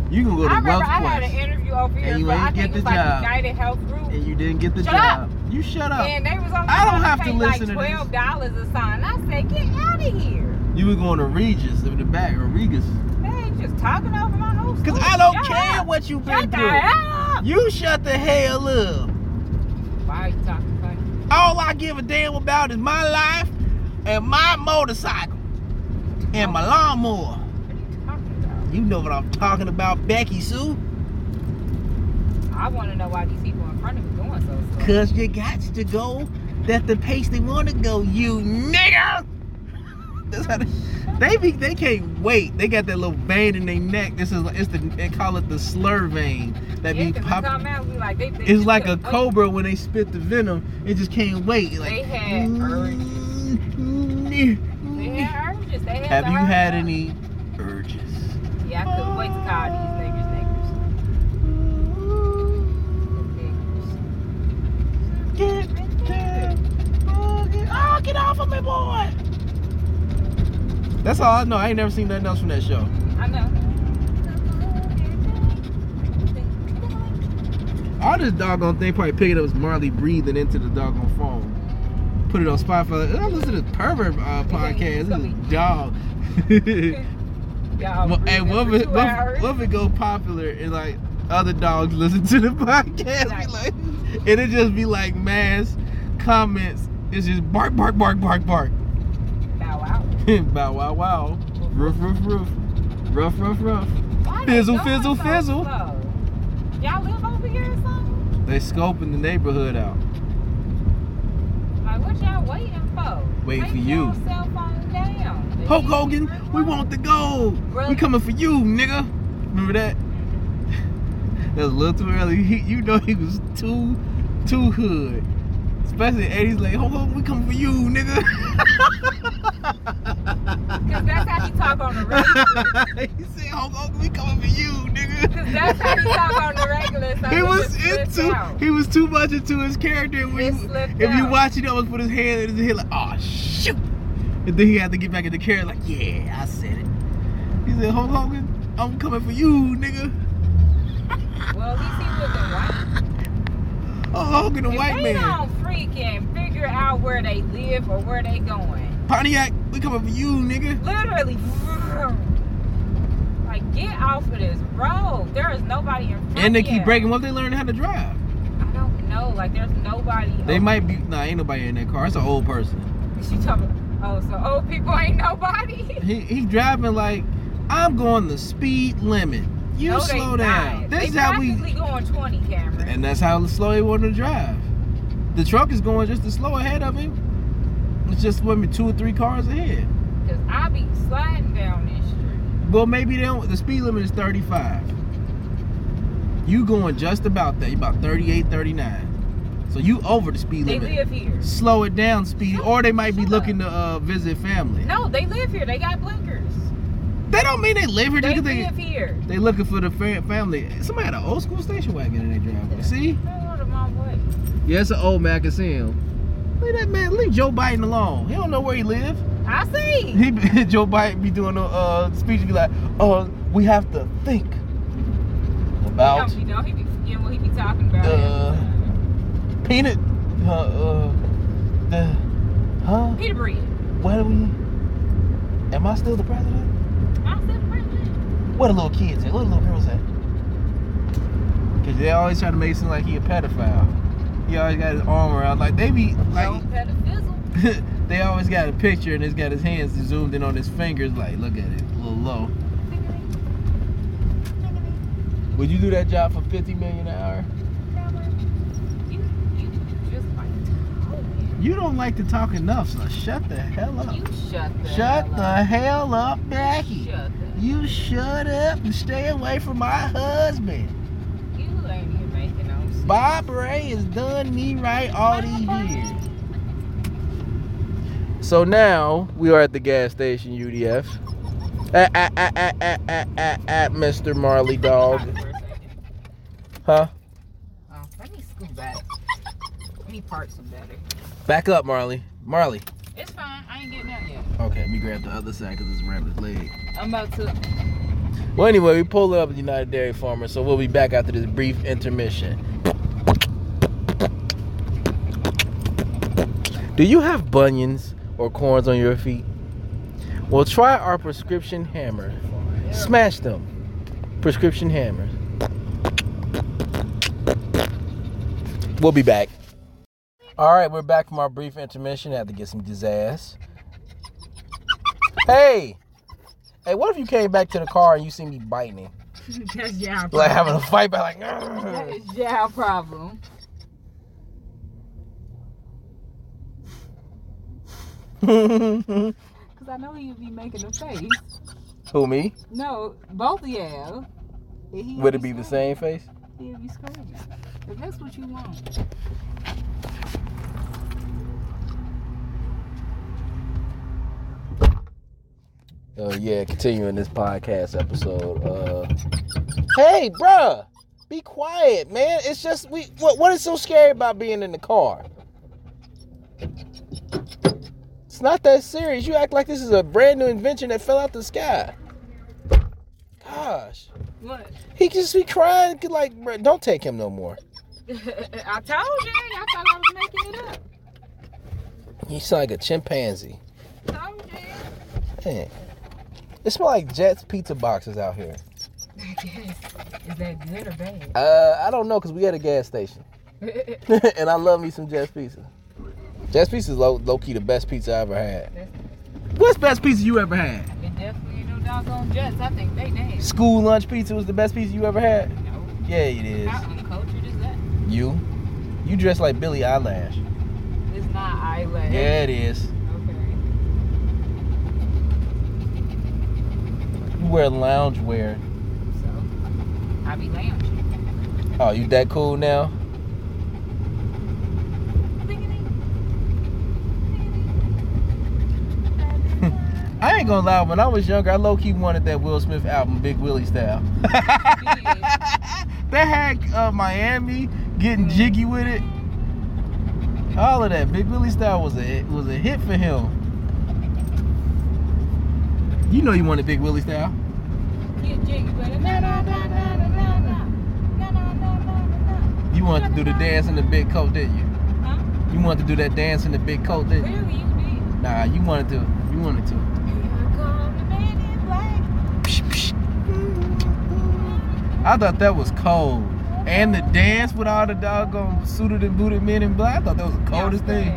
You can go to
I remember I
Ralph's
had an
Place
interview over here,
And you
but
ain't
I
get
think
the
it was like
job.
United Health Group.
and you didn't get the
Shut
job. You shut up.
And they was only
I don't
trying
have to
pay
listen to
like
this.
twelve dollars a sign. I said, get out of here.
You were going to Regis in the back or Regis.
Man, just talking over my whole
Cause
story.
I don't
Shut
care
up.
what you've been
Shut the
through.
hell up.
You shut the hell up.
Wow. I talk to funny.
All I give a damn about is my life and my motorcycle and my lawnmower.
What are you talking about?
You know what I'm talking about, Becky Sue.
I want to know why these people in front of me going so slow.
Cause you got to go that the pace they wanna go, you nigga. (laughs) That's how they, they be they can't wait. They got that little vein in their neck. This is like it's the they call it the slur vein that
yeah,
be
'cause Oh. it
popping.
come out, we like, they, they
It's like a
wait.
cobra when they spit the venom. It just can't wait. Like, "Mm,
They had They had urges. They had
Have
the
you had
urges.
any urges?
Yeah, I couldn't wait to call these niggas niggas. Niggas.
Get, get, oh, get, oh, get off of me, boy! That's all I know. I ain't never seen nothing else from that show.
I know.
All this doggone thing probably picking up is Marley breathing into the doggone phone. Put it on Spotify. I listen to this pervert uh, podcast. This is dog.
(laughs) Y'all.
Well, hey,
breathing
what
for
would
two
what,
hours.
what would go popular and like other dogs (laughs) listen to the podcast? Be
Right.
like, and it just be like mass comments. It's just bark, bark, bark, bark, bark.
Bow out.
(laughs) Bow wow wow. Roof, roof, roof. Rough, rough, rough.
Why they
Fizzle,
going
fizzle,
so
fizzle.
slow? Y'all live over here or something?
They scoping the neighborhood out.
Like, what y'all waiting for?
Waiting
Take
for you.
your Cell phone down.
Hulk Hogan, we want the gold. We coming for you, nigga. Remember that? (laughs) That was a little too early. He, you know he was too, too hood. Especially in the 80s, like, Hulk Hogan, we coming for you, (laughs) nigga.
Because that's how he talk on the regular.
he said, Hulk Hogan, we coming for you, nigga.
Because that's how he talk on the regular. So
(laughs) He
it
was
just slipped
into
out.
he was too much into his character. and
It
When you,
slipped
if you
out.
watch it, he almost put his hand in his head like, oh shoot, and then he had to get back in the character like, yeah, I said it. He said, Hulk Hogan, I'm coming for you, nigga.
Well, at least he wasn't white.
Hulk Hogan, the
if
white
they
man,
don't freaking figure out where they live or where they going,
Pontiac, we coming for you, nigga.
literally, (laughs) like get off of this road. There is nobody in front.
And they
yet.
keep breaking once they learn how to drive.
I don't know. Like there's nobody.
They
over-
might be nah, ain't nobody in that car. It's an old person.
She talking. Oh, so old people (laughs) ain't nobody.
He he driving like, I'm going the speed limit. You
no,
slow
they
down.
Not.
This
they
is how we
practically going 20, Cameron.
And that's how slow he wanted to drive. The truck is going just as slow ahead of him. It's just maybe two or three cars ahead.
Cause I be sliding down this street.
Well, maybe they don't, the speed limit is 35. You going just about that. You about 38, 39. So you over the speed
They
limit.
live here.
Slow it down, speed. Or they might be
Shut up.
looking to uh, visit family.
No, they live here. They got blinkers.
They don't mean they live here. just
They
'cause
live
They,
here.
they looking for the fa- family. Somebody had an old school station wagon in their driveway. See?
They go to my way.
Yeah, it's an old Mac. I see him. Look at that man. Leave Joe Biden alone. He don't know where he live. (laughs)
I see.
He be- (laughs) Joe Biden be doing a uh, speech be like, "Oh, we have to think about
He don't, he don't. He be forgetting what he be talking about.
Uh, peanut, uh, uh, the, huh?
Peter Breed.
What are we? Am I still the president?
I said the president.
What are little kids at? What are little girls at? Cause they always try to make it seem like he a pedophile. He always got his arm around, like they be like,
Don't pedophizzle.
(laughs) they always got a picture and it's got his hands zoomed in on his fingers, like look at it, a little low. Would you do that job for fifty million an hour?
You, you just like oh, talking.
You don't like to talk enough, so shut the hell up.
You shut the
shut
hell
the
up.
hell up, Becky.
Shut the.
You shut up and stay away from my husband.
You ain't even making no sense.
Bob Ray has done me right all these years. So now we are at the gas station, UDF. At, at, at, at, at, at, at, at Mr.
(laughs)
Marley Dog.
Stop for a second.
Huh?
Oh, let me scoot back. Let me park some better.
Back up, Marley. Marley.
It's fine. I ain't getting out yet.
Okay, let me grab the other side because it's around his leg.
I'm about to. (laughs)
Well, anyway, we pulled up at United Dairy Farmers, so we'll be back after this brief intermission. Do you have bunions or corns on your feet? Well, try our prescription hammer. Smash them. Prescription hammer. We'll be back. All right, we're back from our brief intermission. I had to get some disaster. Hey, hey, what if you came back to the car and you see me biting him,
That's your
(laughs) like
problem.
having a fight back, like? "Grr."
That is your problem.
(laughs) Who
Because I know he'll be making a face.
me?
No, both of y'all. And he'll
Would it be the
screaming.
same face?
He'll be screaming. If that's what you want.
Oh yeah, continuing this podcast episode. Uh, hey, bruh, be quiet, man. It's just we. What, what is so scary about being in the car? It's not that serious. You act like this is a brand new invention that fell out the sky. Gosh,
What? (laughs)
he just be crying like, bruh, don't take him no more.
I told you. I thought I was making it up.
You sound like a chimpanzee.
Told (laughs) you.
Man, it smell like Jets pizza boxes out here.
I guess. Is that good or (laughs) bad?
Uh, I don't know, cause we at a gas station. (laughs)
that's
and I love me some Jets Pizza. Jets Pizza is low, low key the best pizza I ever had. What's best pizza you ever had?
it definitely ain't no doggone jets. I think they nasty.
School lunch pizza was the best pizza you ever had?
No.
Yeah, it is.
How uncultured is that?
You? You dress like Billy Eyelash.
It's not eyelash.
Yeah, it is.
Okay.
You wear loungewear.
So, I be lounging.
Oh, you that cool now? I ain't gonna lie, when I was younger, I low key wanted that Will Smith album, Big Willie style. (laughs) that had uh, Miami getting jiggy with it. All of that, Big Willie style was a was a hit for him. You know you wanted Big Willie style.
Get jiggy with it. Na na na na na na na. Na na na na na na.
You wanted to do the dance in the big coat, didn't you?
Huh?
You wanted to do that dance in the big coat, didn't you?
Really, you did.
Nah, you wanted to. You wanted to.
Here come the man in black.
Psh, psh. I thought that was cold. And the dance with all the doggone suited and booted men in black. I thought that was the coldest thing.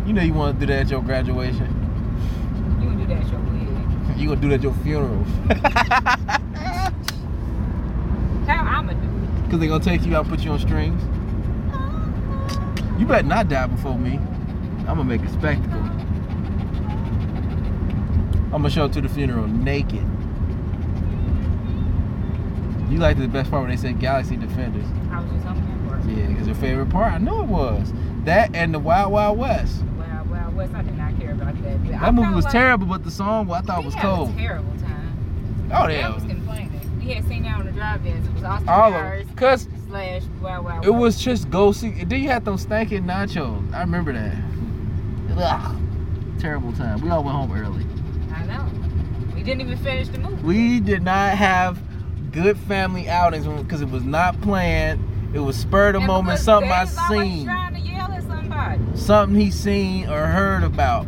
You
You know you want to do that at your graduation. (laughs)
can do that at your wedding.
You gonna do that at your funeral. (laughs)
How I'ma do it.
Cause they gonna take you out, put you on strings. You better not die before me. I'm gonna make a spectacle. I'm gonna show up to the funeral naked. You like the best part when they said Galaxy Defenders.
I was just hoping for it.
Yeah, because your favorite part, I know it was. That and the Wild Wild West.
Wow, wow, West, I did not care about that. But I
That movie
felt
was
like
terrible, but the song well, I thought
we
was
had
cold.
A terrible time.
Oh
I
yeah.
was complaining. We had seen that on the drive-ins. It was Austin
All
Powers
of Cause
slash wow, wow.
It was just go see. And then you had those stinking nachos. I remember that. Ugh. Terrible time. We all went home early.
I know. We didn't even finish the movie.
We did not have good family outings because it was not planned. It was spur of the
And
moment.
because
Something I
Dad's always
seen.
Trying to yell at somebody.
Something he seen or heard about.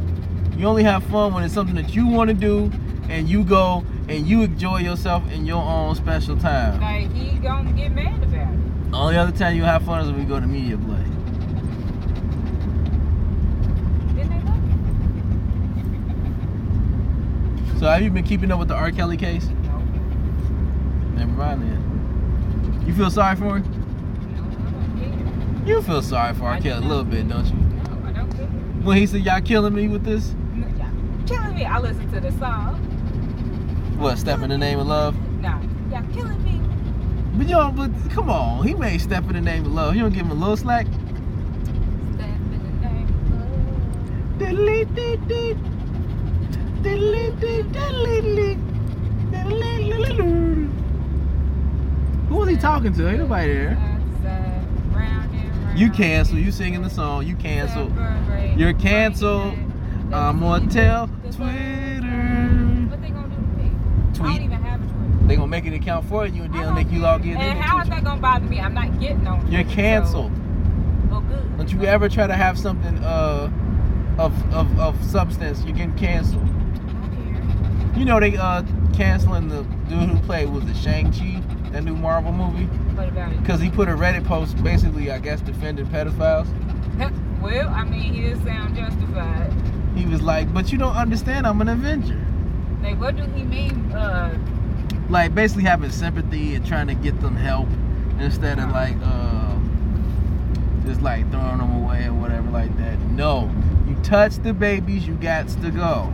You only have fun when it's something that you want to do, and you go and you enjoy yourself in your own special time.
Like he gonna get mad about it.
Only other time you have fun is when we go to media play.
Then they love you.
So have you been keeping up with the R. Kelly case?
No,
Never mind then. You feel sorry for him?
no, I don't care.
You feel sorry for R.
I
Kelly a
do.
little bit, don't you?
No, I don't care.
When he said y'all killing me with this,
No, Y'all killing me. I listen to the song.
what step in the name of love?
Nah, y'all killing me.
But you don't. But come on, he made step in the name of love. You don't give him a little slack.
Step in the name of love.
Diddly did did. Diddly did diddly did. Diddly diddly did. Who was he talking to? Ain't nobody there.
Side to side, round and round.
You cancel. You singing the song. You cancel.
Separate.
You're canceled.
Break it up.
I'm gonna tell
That's what-
Twitter.
What they gonna do to me? I don't
Tweet.
even have a Twitter.
They gonna make an account for you and
I
then
don't
make you
care.
log in.
And
and
how
tweet
is
you.
that gonna bother me? I'm not getting on.
You're
Twitter,
canceled.
So, well, good.
Don't you ever try to have something uh of of, of substance, you're getting canceled.
I don't care.
You know they uh canceling the dude who played was the Shang Chi. that new Marvel movie?
What about it?
Because he put a Reddit post basically, I guess, defending pedophiles.
well, I mean, he did sound justified.
He was like, but you don't understand, I'm an Avenger.
Like, what do he mean? Uh,
Like, basically having sympathy and trying to get them help instead of like, uh, just like throwing them away or whatever like that. No, you touch the babies, you got to go.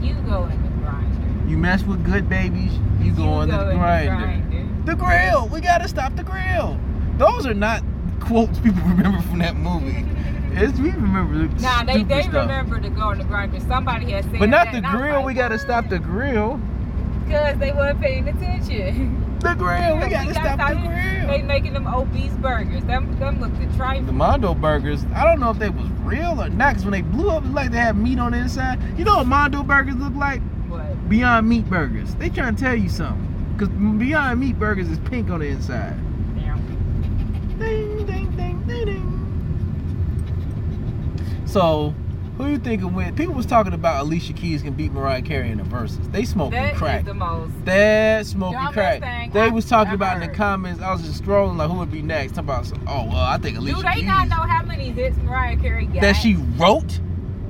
you go in the grinder.
You mess with good babies, you go on the grinder. The grill. We gotta stop the grill. Those are not quotes people (laughs) remember from that movie. It's we remember. the
Nah, they,
stupid
they
stuff.
remember to go in the grinder. Somebody had said
But not
that,
the
and I was
grill.
like,
We gotta stop the grill.
Because they weren't paying attention.
The
(laughs)
grill. We
We
gotta
gotta
stop the
stop
grill.
they making them obese burgers. Them, them look the
the
trifle.
Mondo burgers. I don't know if they was real or not. Cause when they blew up, it was like they had meat on the inside. You know what Mondo burgers look like?
What?
Beyond Meat burgers. They trying to tell you something. Cause Beyond Meat burgers is pink on the inside.
Damn.
Ding, ding, ding, ding, ding. So, who you think will win? People was talking about Alicia Keys can beat Mariah Carey in the verses. They smoking
That is
crack.
the most.
That smoking
Dumbest
crack.
thing
They
I've
was talking about in
ever heard.
the comments. I was just scrolling like, who would be next? Talking about, some, oh well, I think Alicia
Do they
Keys.
not know how many hits Mariah Carey got?
that she wrote.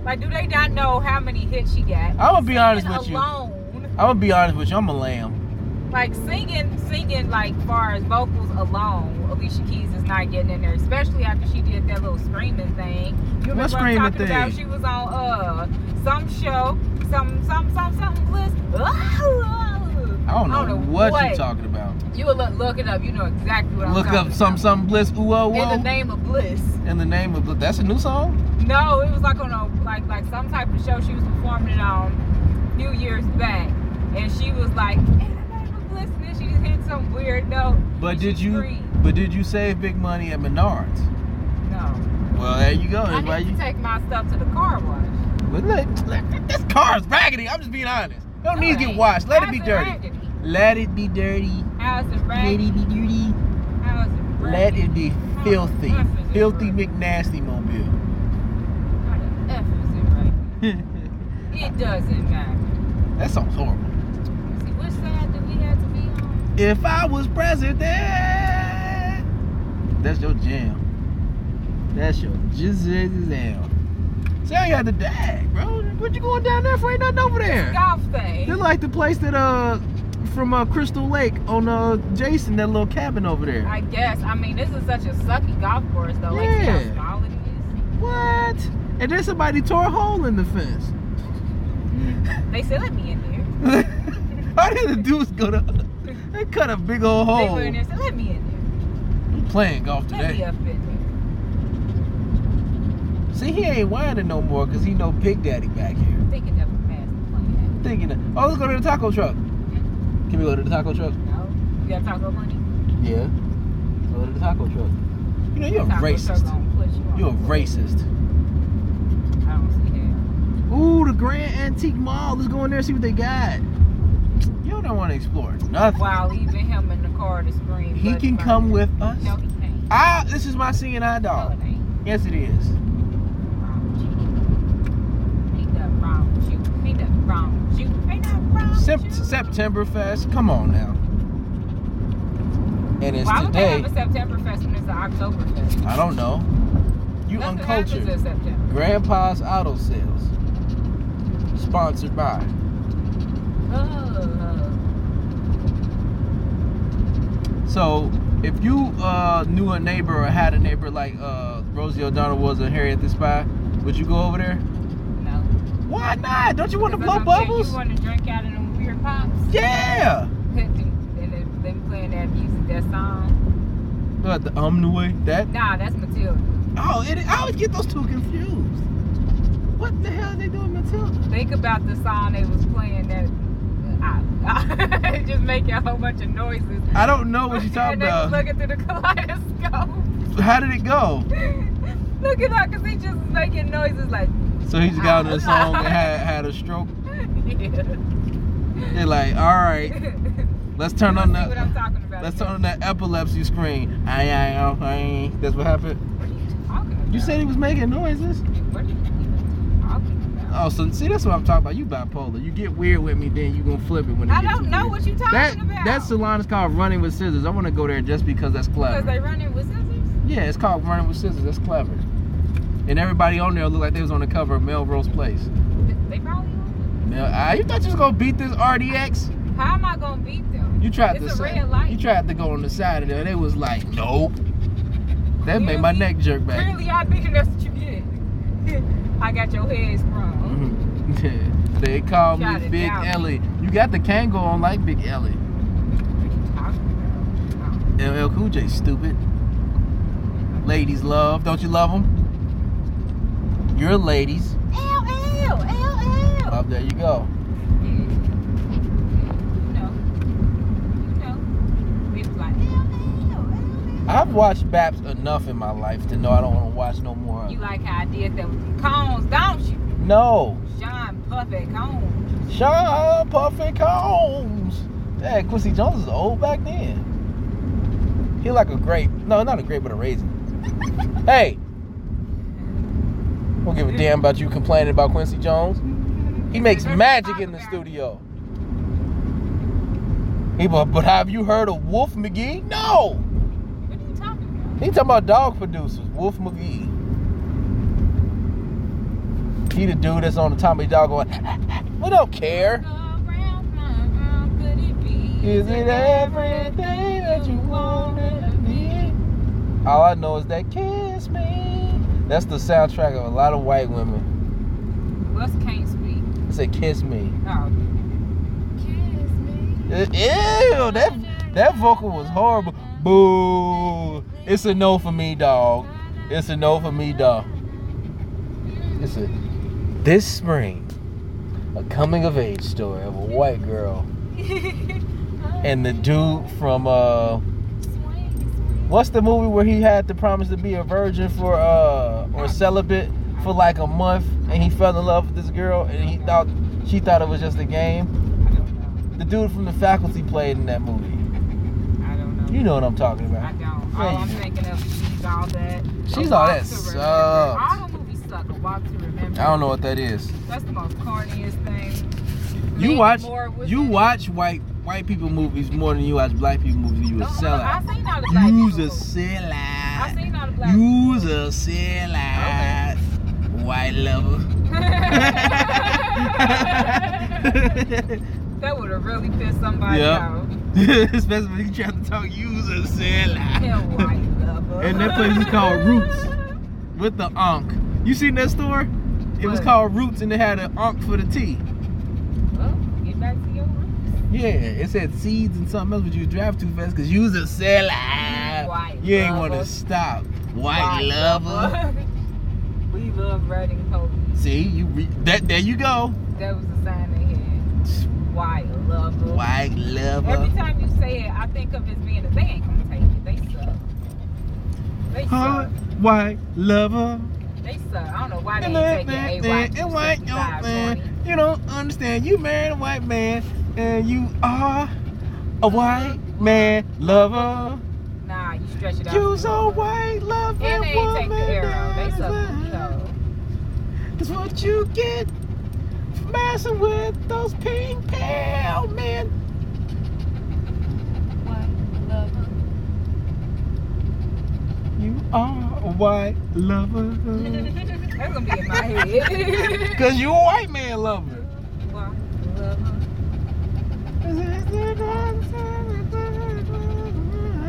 Like, do they not know how many hits she got? I'm
I'ma be honest with you.
alone,
I'm gonna be honest with you. I'm a lamb.
like singing, singing like far as vocals alone, Alicia Keys is not getting in there. Especially after she did that little screaming thing. You remember
What
I'm
screaming
talking about?
thing?
She was on uh some show, some some some something uh, list.
I don't know, what, you talking about.
You will look, look it up. You know exactly what I'm
Look
talking
up some
about.
some bliss. Ooh, oh,
in the
whoa.
name of bliss.
In the name of that's a new song.
No, it was like on a like like some type of show she was performing it on New Year's back, and she was like, and I'm not even listening. She just hit some weird note.
But
and
did
she
you?
screamed.
But did you save big money at Menards?
No.
Well, there you go.
I
That's Oh, why
need
you
to take my stuff to the car wash.
But look, look, this car's raggedy. I'm just being honest. Oh, It Don't
No,
need
it
to get
ain't.
washed. Let it
How's
be dirty.
raggedy?
Let it be dirty.
How's it
Let
raggedy?
it be dirty.
How's it
Let
raggedy?
it be
How the
filthy.
F is it
Filthy
raggedy?
McNasty mobile.
How the F is it raggedy? It doesn't matter.
that sounds horrible.
See, which side do we have to be on?
If I was president. That's your jam. That's your jam. So you got the dag, bro. What you going down there for? Ain't nothing over there.
Golf thing.
They're like the place that uh from uh Crystal Lake on uh Jason, that little cabin over there.
I guess. I mean, this is such a sucky golf course, though. Like, see
Yeah.
how small it is.
What? And then somebody tore a hole in
(laughs)
the fence.
They said let me in there.
How did the dudes go to? They cut a big old
They
hole.
were in there. Said let me in
I'm playing golf
there. Let me
today.
up in
See, he ain't whining no more because he know Big Daddy back here.
there. Thinking of a master plan.
Thinking, of, oh, let's go to the taco truck. Can we go to the taco truck?
No, you got taco money.
Yeah. Let's go to the taco truck. You know you're a
Taco truck
racist.
gonna put you on
You're a
the floor.
racist.
I don't see
Ooh, the Grand Antique Mall. Let's go in there and see what they got. You don't want to explore
that.
nothing.
Wow, leaving him in the car to scream.
He
Buddy
can come
Murray.
with us.
No, he can't.
I. This is my seeing eye
No,
dog.
it ain't.
Yes, it is.
Wrong with you. Ain't nothing wrong with you. Ain't nothing wrong with you. Ain't nothing wrong with
Sep-
you.
Septemberfest. Come on now. And it's
Why would they
today.
have a Septemberfest when it's an Oktoberfest?
I don't know. You
Nothing happens
uncultured.
in September.
Grandpa's Auto Sales. Sponsored by.
Oh,
So if you uh, knew a neighbor or had a neighbor like uh, Rosie O'Donnell was or Harriet the Spy, would you go over there?
no.
Why not? Don't you want to
Because
blow
I'm saying
bubbles?
You want to drink out of them beer pops? (laughs)
Yeah.
and then them playing that music, that song.
What the um the way that?
Nah, that's Matilda.
Oh, it, I always get those two confused. What the hell are they doing, Matilda?
Think about the song they was playing that. I, (laughs) I, just making a whole bunch of noises.
I don't know what you're
and
talking
they was
about.
looking through the (laughs) kaleidoscope. (laughs)
How did it go?
Look at that, because he just was making noises like,
So he just got on the song and had, had a stroke.
yeah.
They're like, all right, let's
(laughs)
turn
You
on
see what I'm
the
talking about.
let's turn on that epilepsy screen. Aye, aye, ow, aye. That's what happened.
What are you talking about?
You said he was making noises.
What are you even talking about?
Oh, so see, that's what I'm talking about. You bipolar. You get weird with me, then you gonna flip it when it
I
gets
don't
too
know
weird.
what you're talking
that
about.
that salon is called Running with Scissors. I want to go there just because that's clever.
Because they running with scissors?
yeah, it's called Running with Scissors. That's clever. And everybody on there looked like they was on the cover of Melrose Place.
They probably are.
Mel, ah, you thought you was gonna beat this RDX?
How am I going to beat them?
You tried
It's
to
a
say-
red light.
you tried to go on the side of there. They was like, nope. That made my
Really?
neck jerk back.
Clearly, I beat them. That's what you get. (laughs) I got your head sprung.
Mhm. (laughs) they call me
Shot it
Big
down.
Ellie. You got the Kango on like Big Ellie. Mm-hmm. LL Cool J, stupid. Ladies love. Don't you love them? You're ladies.
L L L.
Oh, there you go.
You know, you know, people like "Ew, ew,
I've watched Baps enough in my life to know I don't want to watch no more.
ew."
of
You
it.
like how I did that with the cones, don't you?
No.
Sean Puffet cones.
Sean Puffin Combs. Dang, Quincy Jones is old back then. He like a grape. No, not a grape, but a raisin. hey. Don't give a damn about you complaining about Quincy Jones. He makes magic in the studio. He, but, but have you heard of Wolf McGee? No.
What are you talking
He talking about dog producers. Wolf McGee. He the dude that's on the Tommy Dog going, (laughs) we don't care.
about? Go around, round, round, could it be?
Is it everything that you wanted to be? All I know is that kiss me. That's the soundtrack of a lot of white women.
Wes can't speak.
It said kiss me. E-,
Oh. Kiss me.
Ew, that that vocal was horrible. Boo. It's a no for me, dog. It's a no for me, dog. It's a this spring, a coming of age story of a white girl and the dude from uh What's the movie where he had to promise to be a virgin for uh or celibate for like a month and he fell in love with this girl and he thought she thought it was just a game?
I don't know.
The dude from the faculty played in that movie.
I don't know.
You know what I'm talking
I
about.
don't. All I'm thinking of is she's all that.
She's
A
All
Walk
That
to Remember.
sucks.
All the movies suck. A walk to remember.
I don't know what that is.
That's the most corniest thing.
You
Mandy
watch
Moore was
you
in it.
watch white white people movies more than you watch black people movies. You a
Don't-
sellout.
I seen all the black
You's a
people. I
sellout.
seen all the black.
You's a sellout. White lover.
(laughs) that would have really pissed somebody
Yeah.
off.
(laughs) Especially when you try to talk. You's a (laughs)
Hell, white
sellout.
lover.
And that place is called Roots. With the onk. You seen that store? It was
What?
called Roots and it had an onk for the tea.
Well, get back to your roots.
Yeah, it said seeds and something else, but you drive too fast because you was a sellout.
White
you ain't
lover.
want to stop. White,
White
lover.
(laughs) we love riding police.
(laughs) See, you re- that there you go.
That was the sign they had. White lover.
White lover.
Every time you say it, I think of it as being a they ain't gonna take it. They suck. They
Hot
suck.
white lover.
They suck. I don't know why they
And
ain't
that
taking
man
a
there, and white
white.
young man. You don't understand. You married a white man, and you are a white man lover.
Nah, you stretch it out.
You's
some
a
more.
white lover.
And they ain't take the arrow. They suck.
That's what you get for messing with those pink pale men.
White lover.
You are a white
(laughs)
lover.
That's gonna be in
(laughs)
my head. (laughs)
Cause you a white man lover.
White lover.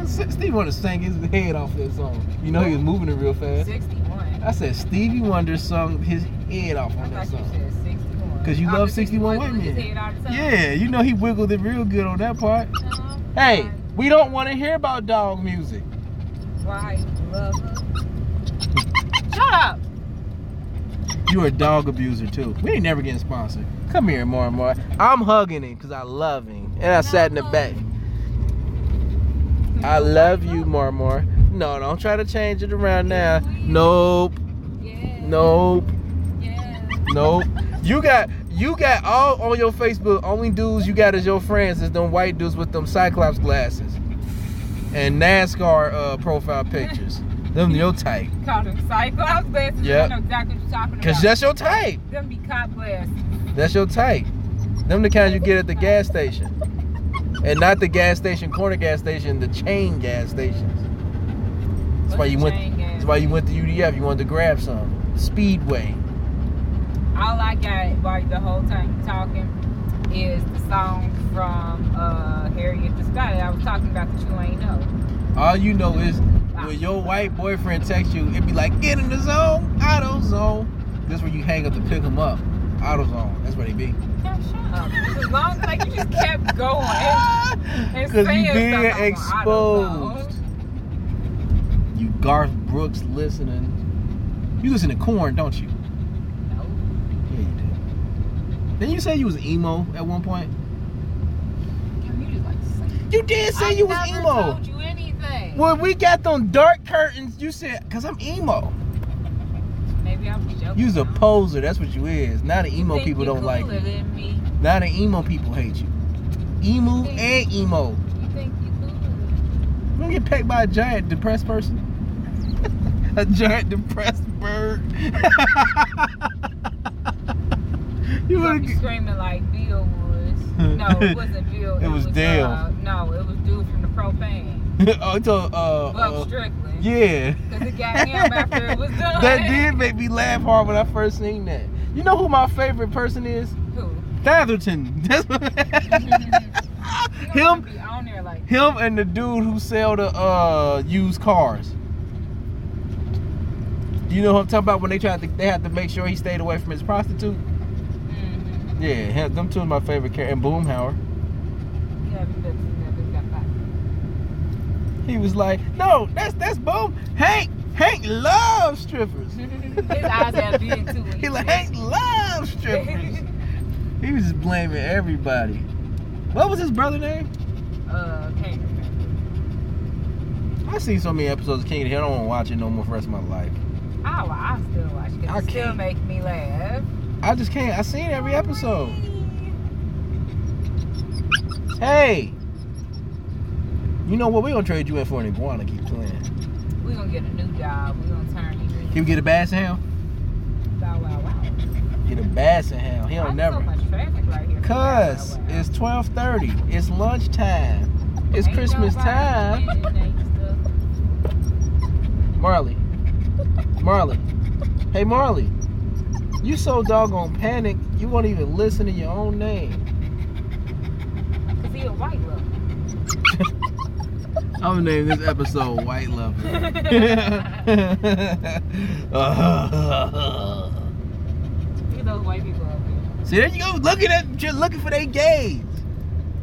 Stevie Wonder sang his head off that song. You know he was moving it real fast.
61.
I said Stevie Wonder sung his head off
I
on that
thought you
song.
said 61.
'Cause you
Oh,
love
because
61
wiggle
women.
his head all the time?
Yeah, you know he wiggled it real good on that part.
Uh-huh.
Hey, we don't want to hear about dog music.
White lover. Shut up.
You're a dog abuser too. We ain't never getting sponsored. Come here, more and more. I'm hugging him because I love him. And I sat in the back. I love you, more and more. No, don't try to change it around now. Nope,
Yeah.
nope,
Yeah.
nope. You got you got all on your Facebook. Only dudes you got as your friends is them white dudes with them cyclops glasses and NASCAR uh, profile pictures. Them your type.
Called them Cyclops glasses.
Yep.
I know exactly what you're talking about.
Cause that's your type.
Them be cop glasses.
That's your type. Them the kind you get at the gas station. And not the gas station, corner gas station, the chain gas stations. That's why you went that's why you went to UDF. You wanted to grab some. Speedway.
All I got while the whole time you talking is the song from uh, Harriet the Spy that I was talking about that you ain't know.
All you know is when your white boyfriend texts you, it be like, get in the zone, auto zone. This where you hang up to pick them up. Auto zone. That's where they be.
Now shut up. As long as like you just kept going. Oh,
(laughs)
and
Ah! Cause you
saying
being
stuff, I'm like, I don't know.
exposed. You Garth Brooks listening. You listen to corn, don't you?
No.
Yeah, you do. Didn't you say you was emo at one point?
Can you just like say
You did say
I
you was
never
emo.
told you anything.
When we got them dark curtains, you said, "Cause I'm emo."
Maybe I was joking.
You's a
now.
poser. That's what you is. Now the emo
Think
people
you
don't like
cooler
you.
than me.
Now the emo people hate you. Emu
Think-
and emo.
You think you cooler than
You don't get pecked by a giant depressed person. (laughs) a giant depressed bird. (laughs) you
me.
would
You screaming like Bill
(laughs)
was. No, it wasn't Bill.
It was
Dale.
Dale.
Uh, no, it was dude from the propane.
(laughs) oh, so, uh,
Buck
uh,
Strickland.
yeah.
Because it got him after
(laughs)
it was done.
That did make me laugh hard when I first seen that. You know who my favorite person is?
Who?
Atherton. (laughs) That's what.
(laughs) You don't wanna Be
him,
on there like
him, and the dude who sell the uh used cars. You know who I'm talking about when they tried to they had to make sure he stayed away from his prostitute.
mm
Yeah, him- them two are my favorite characters. And Boomhauer,
Yeah, but never got back.
he was like, no, that's that's Boom. Hank, Hank loves
(laughs)
strippers.
His eyes got big
(laughs)
too. when
He
you
like
said
Hank loves
(laughs)
strippers.
it.
He was just blaming everybody. What was his brother name?
uh, can't remember.
I seen so many episodes of King of the Hill. I don't want to watch it no more for the rest of my life.
Oh, I still watch it. 'cause
I
It still
can't.
make me laugh.
I just can't. I seen every episode. Hey, you know what? We gonna trade you in for an iguana. Keep playing.
We gonna get a new job. We gonna turn him
Can we get a basset hound?
into Bow Wow Wow.
Get a basset hound. He
Why
don't
there's
never.
So much traffic right here. for Bow Wow
Cuz
Wow?
it's 12:30. It's lunchtime. It's
Ain't
Christmas
nobody
time.
getting that stuff.
Marley. Marley. Hey Marley. You so doggone panic, you won't even listen to your own name.
Cause he a white lover.
I'm gonna name this episode
(laughs)
White (laughs) Love.
Look at those white people up there.
See there you go, looking at you looking for their gays.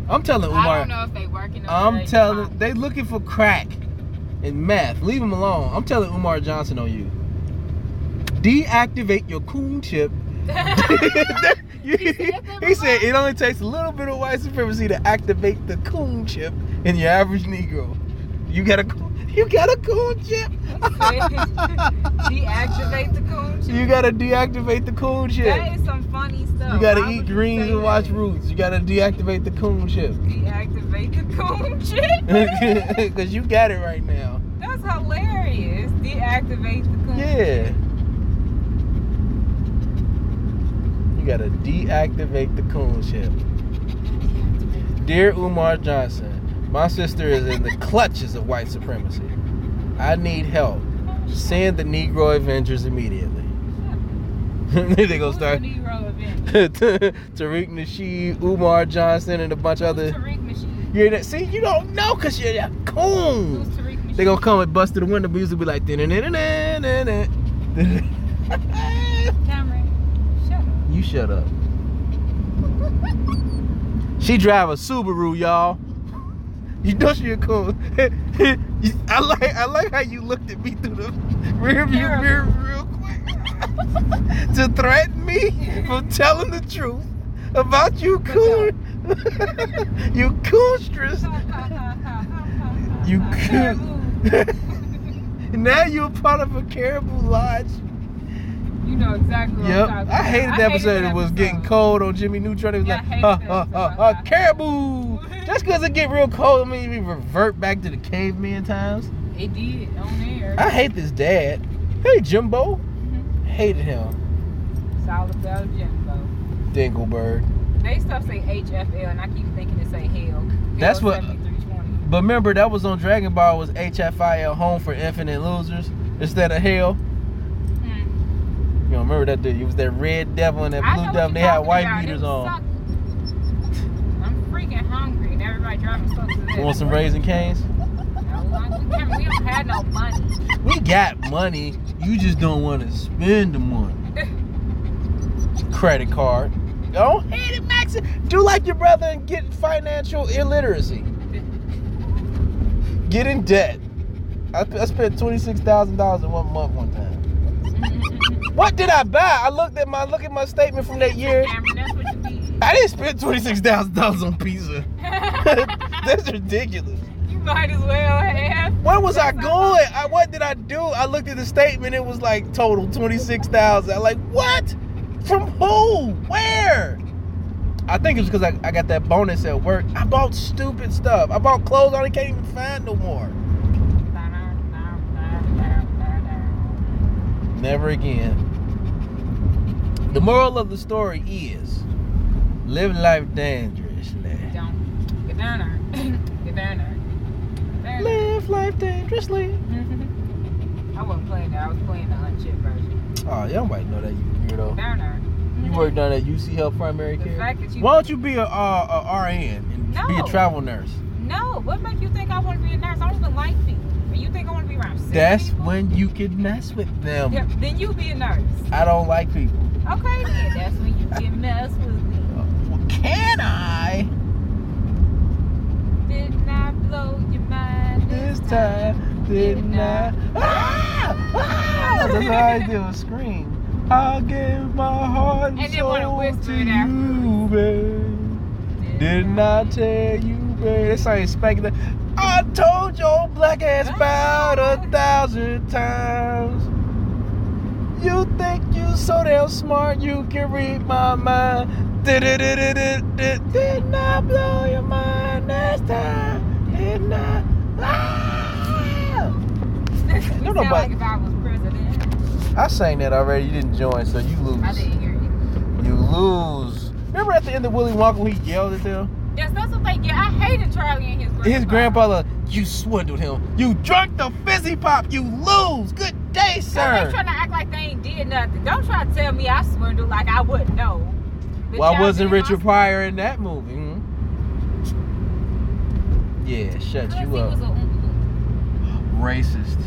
I'm telling
I don't
Umar.
know if they working. or
I'm
they
telling
not. (laughs)
they looking for crack and meth. Leave them alone. I'm telling Umar Johnson on you. Deactivate your coon chip (laughs)
He said that
he said
before?
it only takes a little bit of white supremacy to activate the coon chip in your average Negro. You got a coon- you got a coon chip.
Deactivate the coon chip.
You gotta deactivate the coon
That
chip.
is some funny stuff.
You gotta
Why
eat
would you
greens
say
and
that?
watch roots. You gotta deactivate the coon chip.
Deactivate the coon chip.
(laughs) Cause you got it right now.
That's hilarious. Deactivate the coon.
Yeah. You gotta deactivate the coon chip. Dear Umar Johnson, my sister is in the clutches of white supremacy. I need help. Send the Negro Avengers immediately. (laughs) they gonna start (laughs) Tariq Nasheed, Umar Johnson, and a bunch of
Other.
other.
Tariq Machine.
You that? See, you don't know because you're a coon.
Who's Tariq Machine?
They gonna come and bust through the window. Music be like, (laughs) "Dun-dun-dun-dun-dun-dun."
Cameron. Shut up.
you shut up. She drive a Subaru, y'all. (laughs) You know she a coon. You- (laughs) I like I like how you looked at me through the rear view
Terrible.
mirror real quick (laughs) to threaten me from telling the truth about you coon, (laughs) you coonstress. You
Fair
could-
move.
(laughs) Now you're part of a caribou lodge.
you know exactly what
Yep.
I'm talking
I hated
about.
that episode. It was
episode.
getting cold on Jimmy Neutron. It was
Yeah, I
like,
hated
uh,
that
uh, uh,
episode.
uh, caribou. Just because it get real cold, I mean, we revert back to the caveman times.
It did on there.
I hate this dad. Hey, Jimbo. Hated him.
(laughs) It's all about Jimbo.
Dingleberg.
They stuff say HFL, and I keep thinking it say hell.
That's
Hell
what-
7320.
But remember, that was on Dragon Ball was HFIL, Home for Infinite Losers, instead of Hell.
Mm.
You know, remember that dude? It was that red devil and that
I know
blue
what
devil.
you're
They had
talking
white
about. It
beaters
was
on.
suck- I'm freaking hungry, and everybody driving stuff to this.
Want some raisin canes?
No, I- we can't- we don't have no
(laughs)
money.
We got money. You just don't want to spend the money. Credit card. Don't hate it, Max. Do like your brother and get financial illiteracy. Get in debt. I, I spent twenty six thousand dollars in one month one time. What did I buy? I looked at my look at my statement from that year.
Cameron, that's what you need.
I didn't spend twenty six thousand dollars on pizza. (laughs) That's ridiculous.
(laughs) you might as well have.
Where was I going? I, what did I do? I looked at the statement. It was like total twenty six thousand. I'm like, what? From who? Where? I think it was because I, I got that bonus at work. I bought stupid stuff. I bought clothes I can't even find no more. Never again. The moral of the story is live life dangerously.
Don't get down there. Get down there. Get down there.
Live life dangerously.
I wasn't playing that. I was playing the unchipped version.
Oh, y'all might know that you
Get
weirdo.
down there.
You work down at UC Health Primary
The
Care.
fact that you
Why don't you be a, uh, a RN and be
No.
a travel nurse?
no, what make you think I want to be a nurse? I don't even like people. And you think I want to be around sick
That's
people?
when you can mess with them.
Yeah, then you be a nurse.
I don't like people.
Okay, then that's when you get messed with me.
Well, can I
Did not blow your mind
this time? Didn't I? Ah! Ah! That's how I do a scream. I gave my heart and,
And then
soul
wanna whisper
to
it
you, babe. Didn't I tell you, babe? That's how you spank that. I told your black ass about a thousand times. You think you so damn smart, you can read my mind. Did did not blow your mind last time. Did not. Ah!
you
No,
sound
no, but-
like if I was president.
I sang that already. You didn't join, so you lose.
I didn't hear you.
You lose. Remember at the end of Willy Wonka when he yelled at them?
Yes, that's the thing. Yeah, I hated Charlie and his grandpa.
His grandpa, like, you swindled him. You drunk the fizzy pop. You lose. Good day,
Cause
sir.
They trying to act like they ain't did nothing. Don't try to tell me I swindled like I wouldn't know. But
Why
y'all
wasn't
did
Richard
my-
Pryor in that movie? hmm? Yeah, shut
Cause he
you
was
up.
a- mm,
Racist.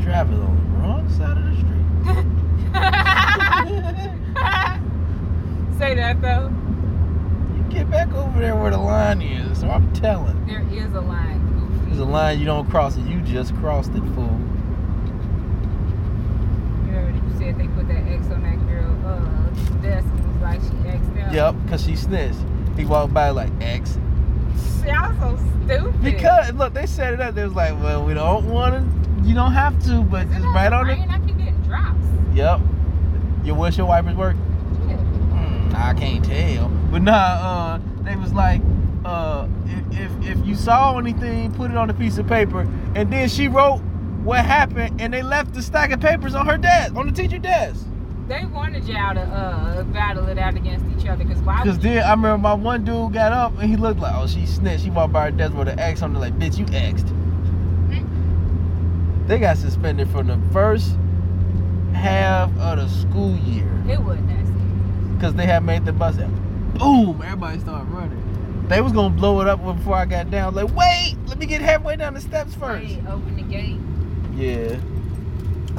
Driving on the wrong side of the
mm,
street.
mm. (laughs) Say that though.
you get back over there where the line is, or I'm telling.
There is a line.
There's a line you don't cross, and you just crossed it, fool.
You already said they put that X on that girl. Uh, decimals like she X'd out.
Yep, because she snitched. He walked by like X.
Y'all so stupid.
Because look, they set it up. They was like, well, we don't want to. You don't have to, but
Is it
just right on
rain?
it.
I keep getting drops.
Yep. Your windshield wipers work.
Yeah.
Mm, I can't tell. But nah, uh, they was like, uh, if, if if you saw anything, put it on a piece of paper. And then she wrote what happened, and they left the stack of papers on her desk, on the teacher desk.
They wanted y'all to uh, battle it out against each other. Cause why? would
Cause
you-
then I remember my one dude got up and he looked like, oh, she snitched. He walked by her desk with an X on it, like, bitch, you X'd. They got suspended from the first half of the school year.
It wasn't that serious.
because they had made the bus and boom, everybody started running. They was gonna blow it up before I got down. Like, wait, let me get halfway down the steps first.
Hey, open the gate.
Yeah.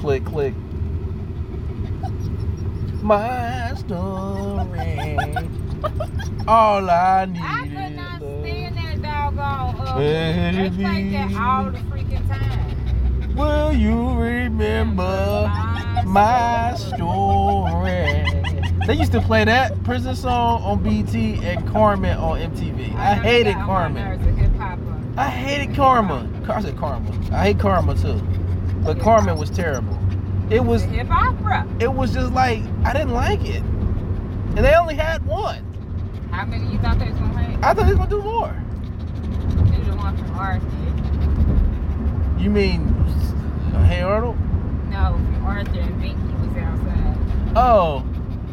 Click, click. My story. All I need
I could
is
not
love.
stand that doggone. Uh,
Where
they
it
played that
be.
all the freaking time.
Will you remember my story? They used to play that prison song on BT and Carmen on MTV. I
know
hated
got on my
Carmen.
nerves with hip hop, uh,
I hated Karma. I said Karma. I hate Karma too. But Carmen was terrible. It
the
was
Hip opera.
it was just like I didn't like it. And they only had one.
How many you thought they was gonna have?
I thought they was gonna do more.
They was the one from RC.
You mean Hey Arnold?
No, from Arthur and Binky was outside.
Oh,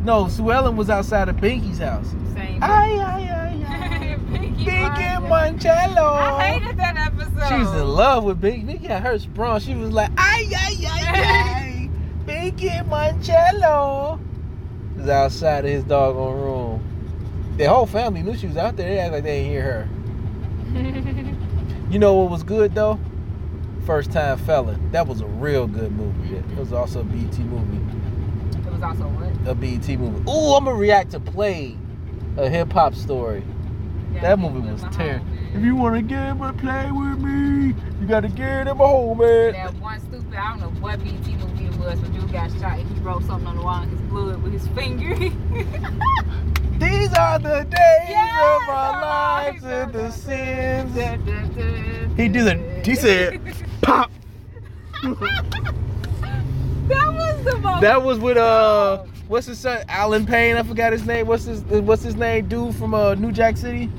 no, Sue Ellen was outside of Binky's house.
Same. (laughs)
Ay, ay, ay, ay.
Binky,
Binky
Arthur.
Moncello.
I hated that episode.
She's in love with Binky. Binky got her sprung. She was like, ay, ay, ay, ay. Binky Moncello. Was outside of his doggone room. The whole family knew she was out there. They act like they didn't hear her. You know what was good though? First Time Felon. That was a real good movie. It was also a BT movie.
it was also what?
A BT movie. Ooh, I'm gonna react to play a hip hop story. That movie was terrible. If you want to game but play with me, you gotta get in my hole, man.
That one stupid, I don't know what BT movie it was, but dude got shot and he wrote something on the wall and his blood with his finger. (laughs)
These are the days
Yes,
of our lives
our
and the
lives.
sins. that- He did it.
(laughs)
He said, Pop.
That was the most.
That was with uh, what's his son? Alan Payne. I forgot his name. What's his What's his name? Dude from uh, New Jack City.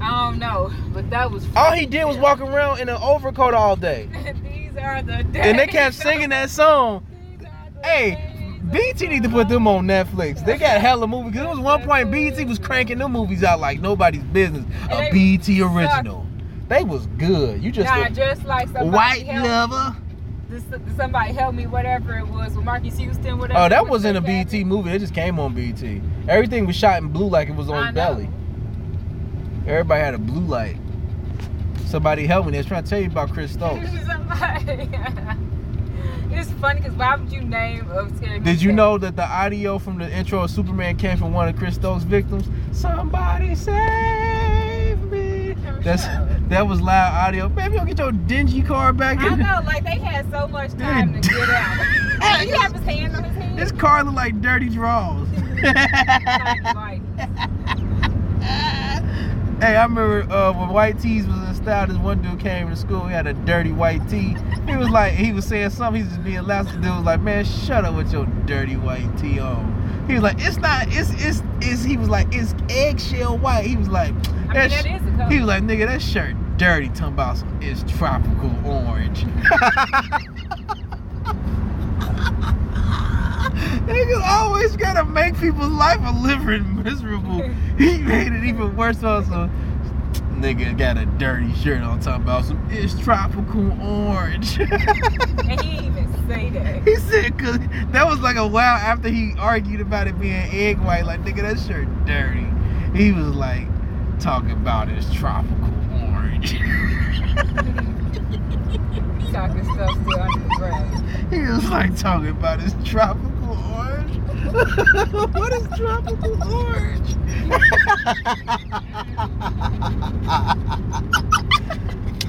I don't know, but that was.
All he did was walk around in an overcoat all day.
(laughs) These are the days.
And they
(laughs)
kept singing that song.
These are the
Hey,
days of
BT need to
our
put them
lives.
on Netflix. They got hella movies. Cause it was one point BT was cranking them movies out like nobody's business. A BT original. They was good. You just
nah,
a
just like somebody
white
helped-
lover.
this- somebody help me, whatever it was, with Marcus Houston, whatever.
Oh, that
it
wasn't a
that
BT
happened.
movie. It just came on BT. Everything was shot in blue like it was
I
on
know.
belly. Everybody had a blue light. Somebody help me. They was trying to tell you about Chris Stokes.
Somebody- (laughs) it's funny because why would you name of scary?
Did
Movie
you
that?
know that the audio from the intro of Superman came from one of Chris Stokes' victims? Somebody save me. That's that was loud audio. Baby, don't get your dingy car back
I
in.
know, like they had so much time to
Dude.
get
(laughs)
out. Did you have his hands on his head?
This car look like dirty draws.
Like,
hey,
like,
I remember uh, when white tees was in style. This one dude came to school. He had a dirty white tee. He was like, he was saying something. He was just being loud. The dude was like, man, shut up with your dirty white tee on. He was like, it's not, it's, it's, it's. He was like, it's eggshell white. He was
I
like,
mean, that
that
is
sh- (laughs)
a color.
He was like, nigga, that shirt dirty. Talking about some- it's tropical orange. (laughs) Niggas always gotta make people's life a living miserable. He made it even worse also. Nigga got a dirty shirt on talking about some it's tropical orange. (laughs)
and he didn't even say that.
he said cause that was like a while after he argued about it being egg white, like nigga that shirt dirty. He was like talking about it's tropical orange.
He talking stuff still under the
(laughs)
breath.
He was like talking about his tropical orange. (laughs) what is tropical orange? (laughs)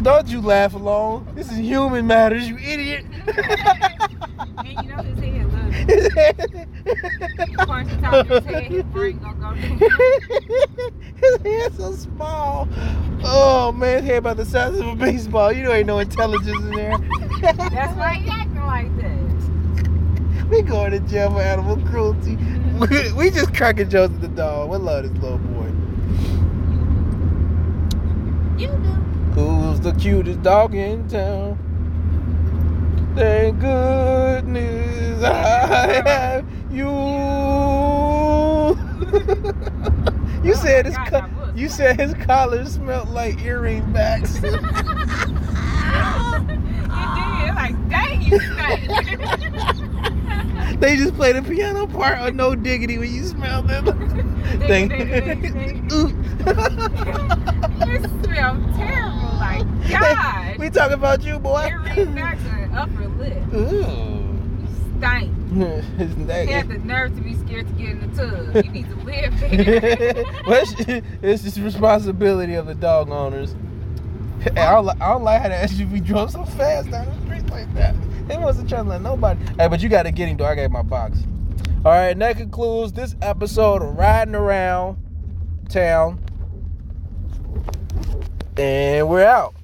Don't you laugh alone. This is human matters, you idiot. (laughs)
And you know his head, look.
his
Of course, the top of his head, his brain gonna go down.
head's so small. Oh man, his head about the size of a baseball. You know ain't no intelligence in there.
That's why he acting like that.
We going to jail for animal cruelty. (laughs) We, we just cracking jokes at the dog. We love this little boy.
You do. (laughs)
Who's the cutest dog in town? Thank goodness I have (laughs) you. you said his
God,
co-
that was
you
funny.
said his collar smelled like earring
(laughs)
backs.
you did. Like, dang, you (laughs) stink.
they just play the piano part of No Diggity when you smell
(laughs)
them.
Ding, ding, ding, ding.
(laughs) Ooh.
you smell terrible. Like,
Hey,
God.
(laughs) we talk about you, boy.
Earring back and upper lip.
(laughs) Ooh. (laughs)
You stink.
His
You had
neck.
the nerve to be scared to get in the tub. You need to live
(laughs)
here. (laughs)
Well, it's- it's just responsibility of the dog owners. Hey, I don't, li- I don't like how the SUV drove so fast down the street like that. It wasn't trying to let nobody. Hey, but you got to get him, though. I got my box. All right, and that concludes this episode of Riding Around Town. And we're out.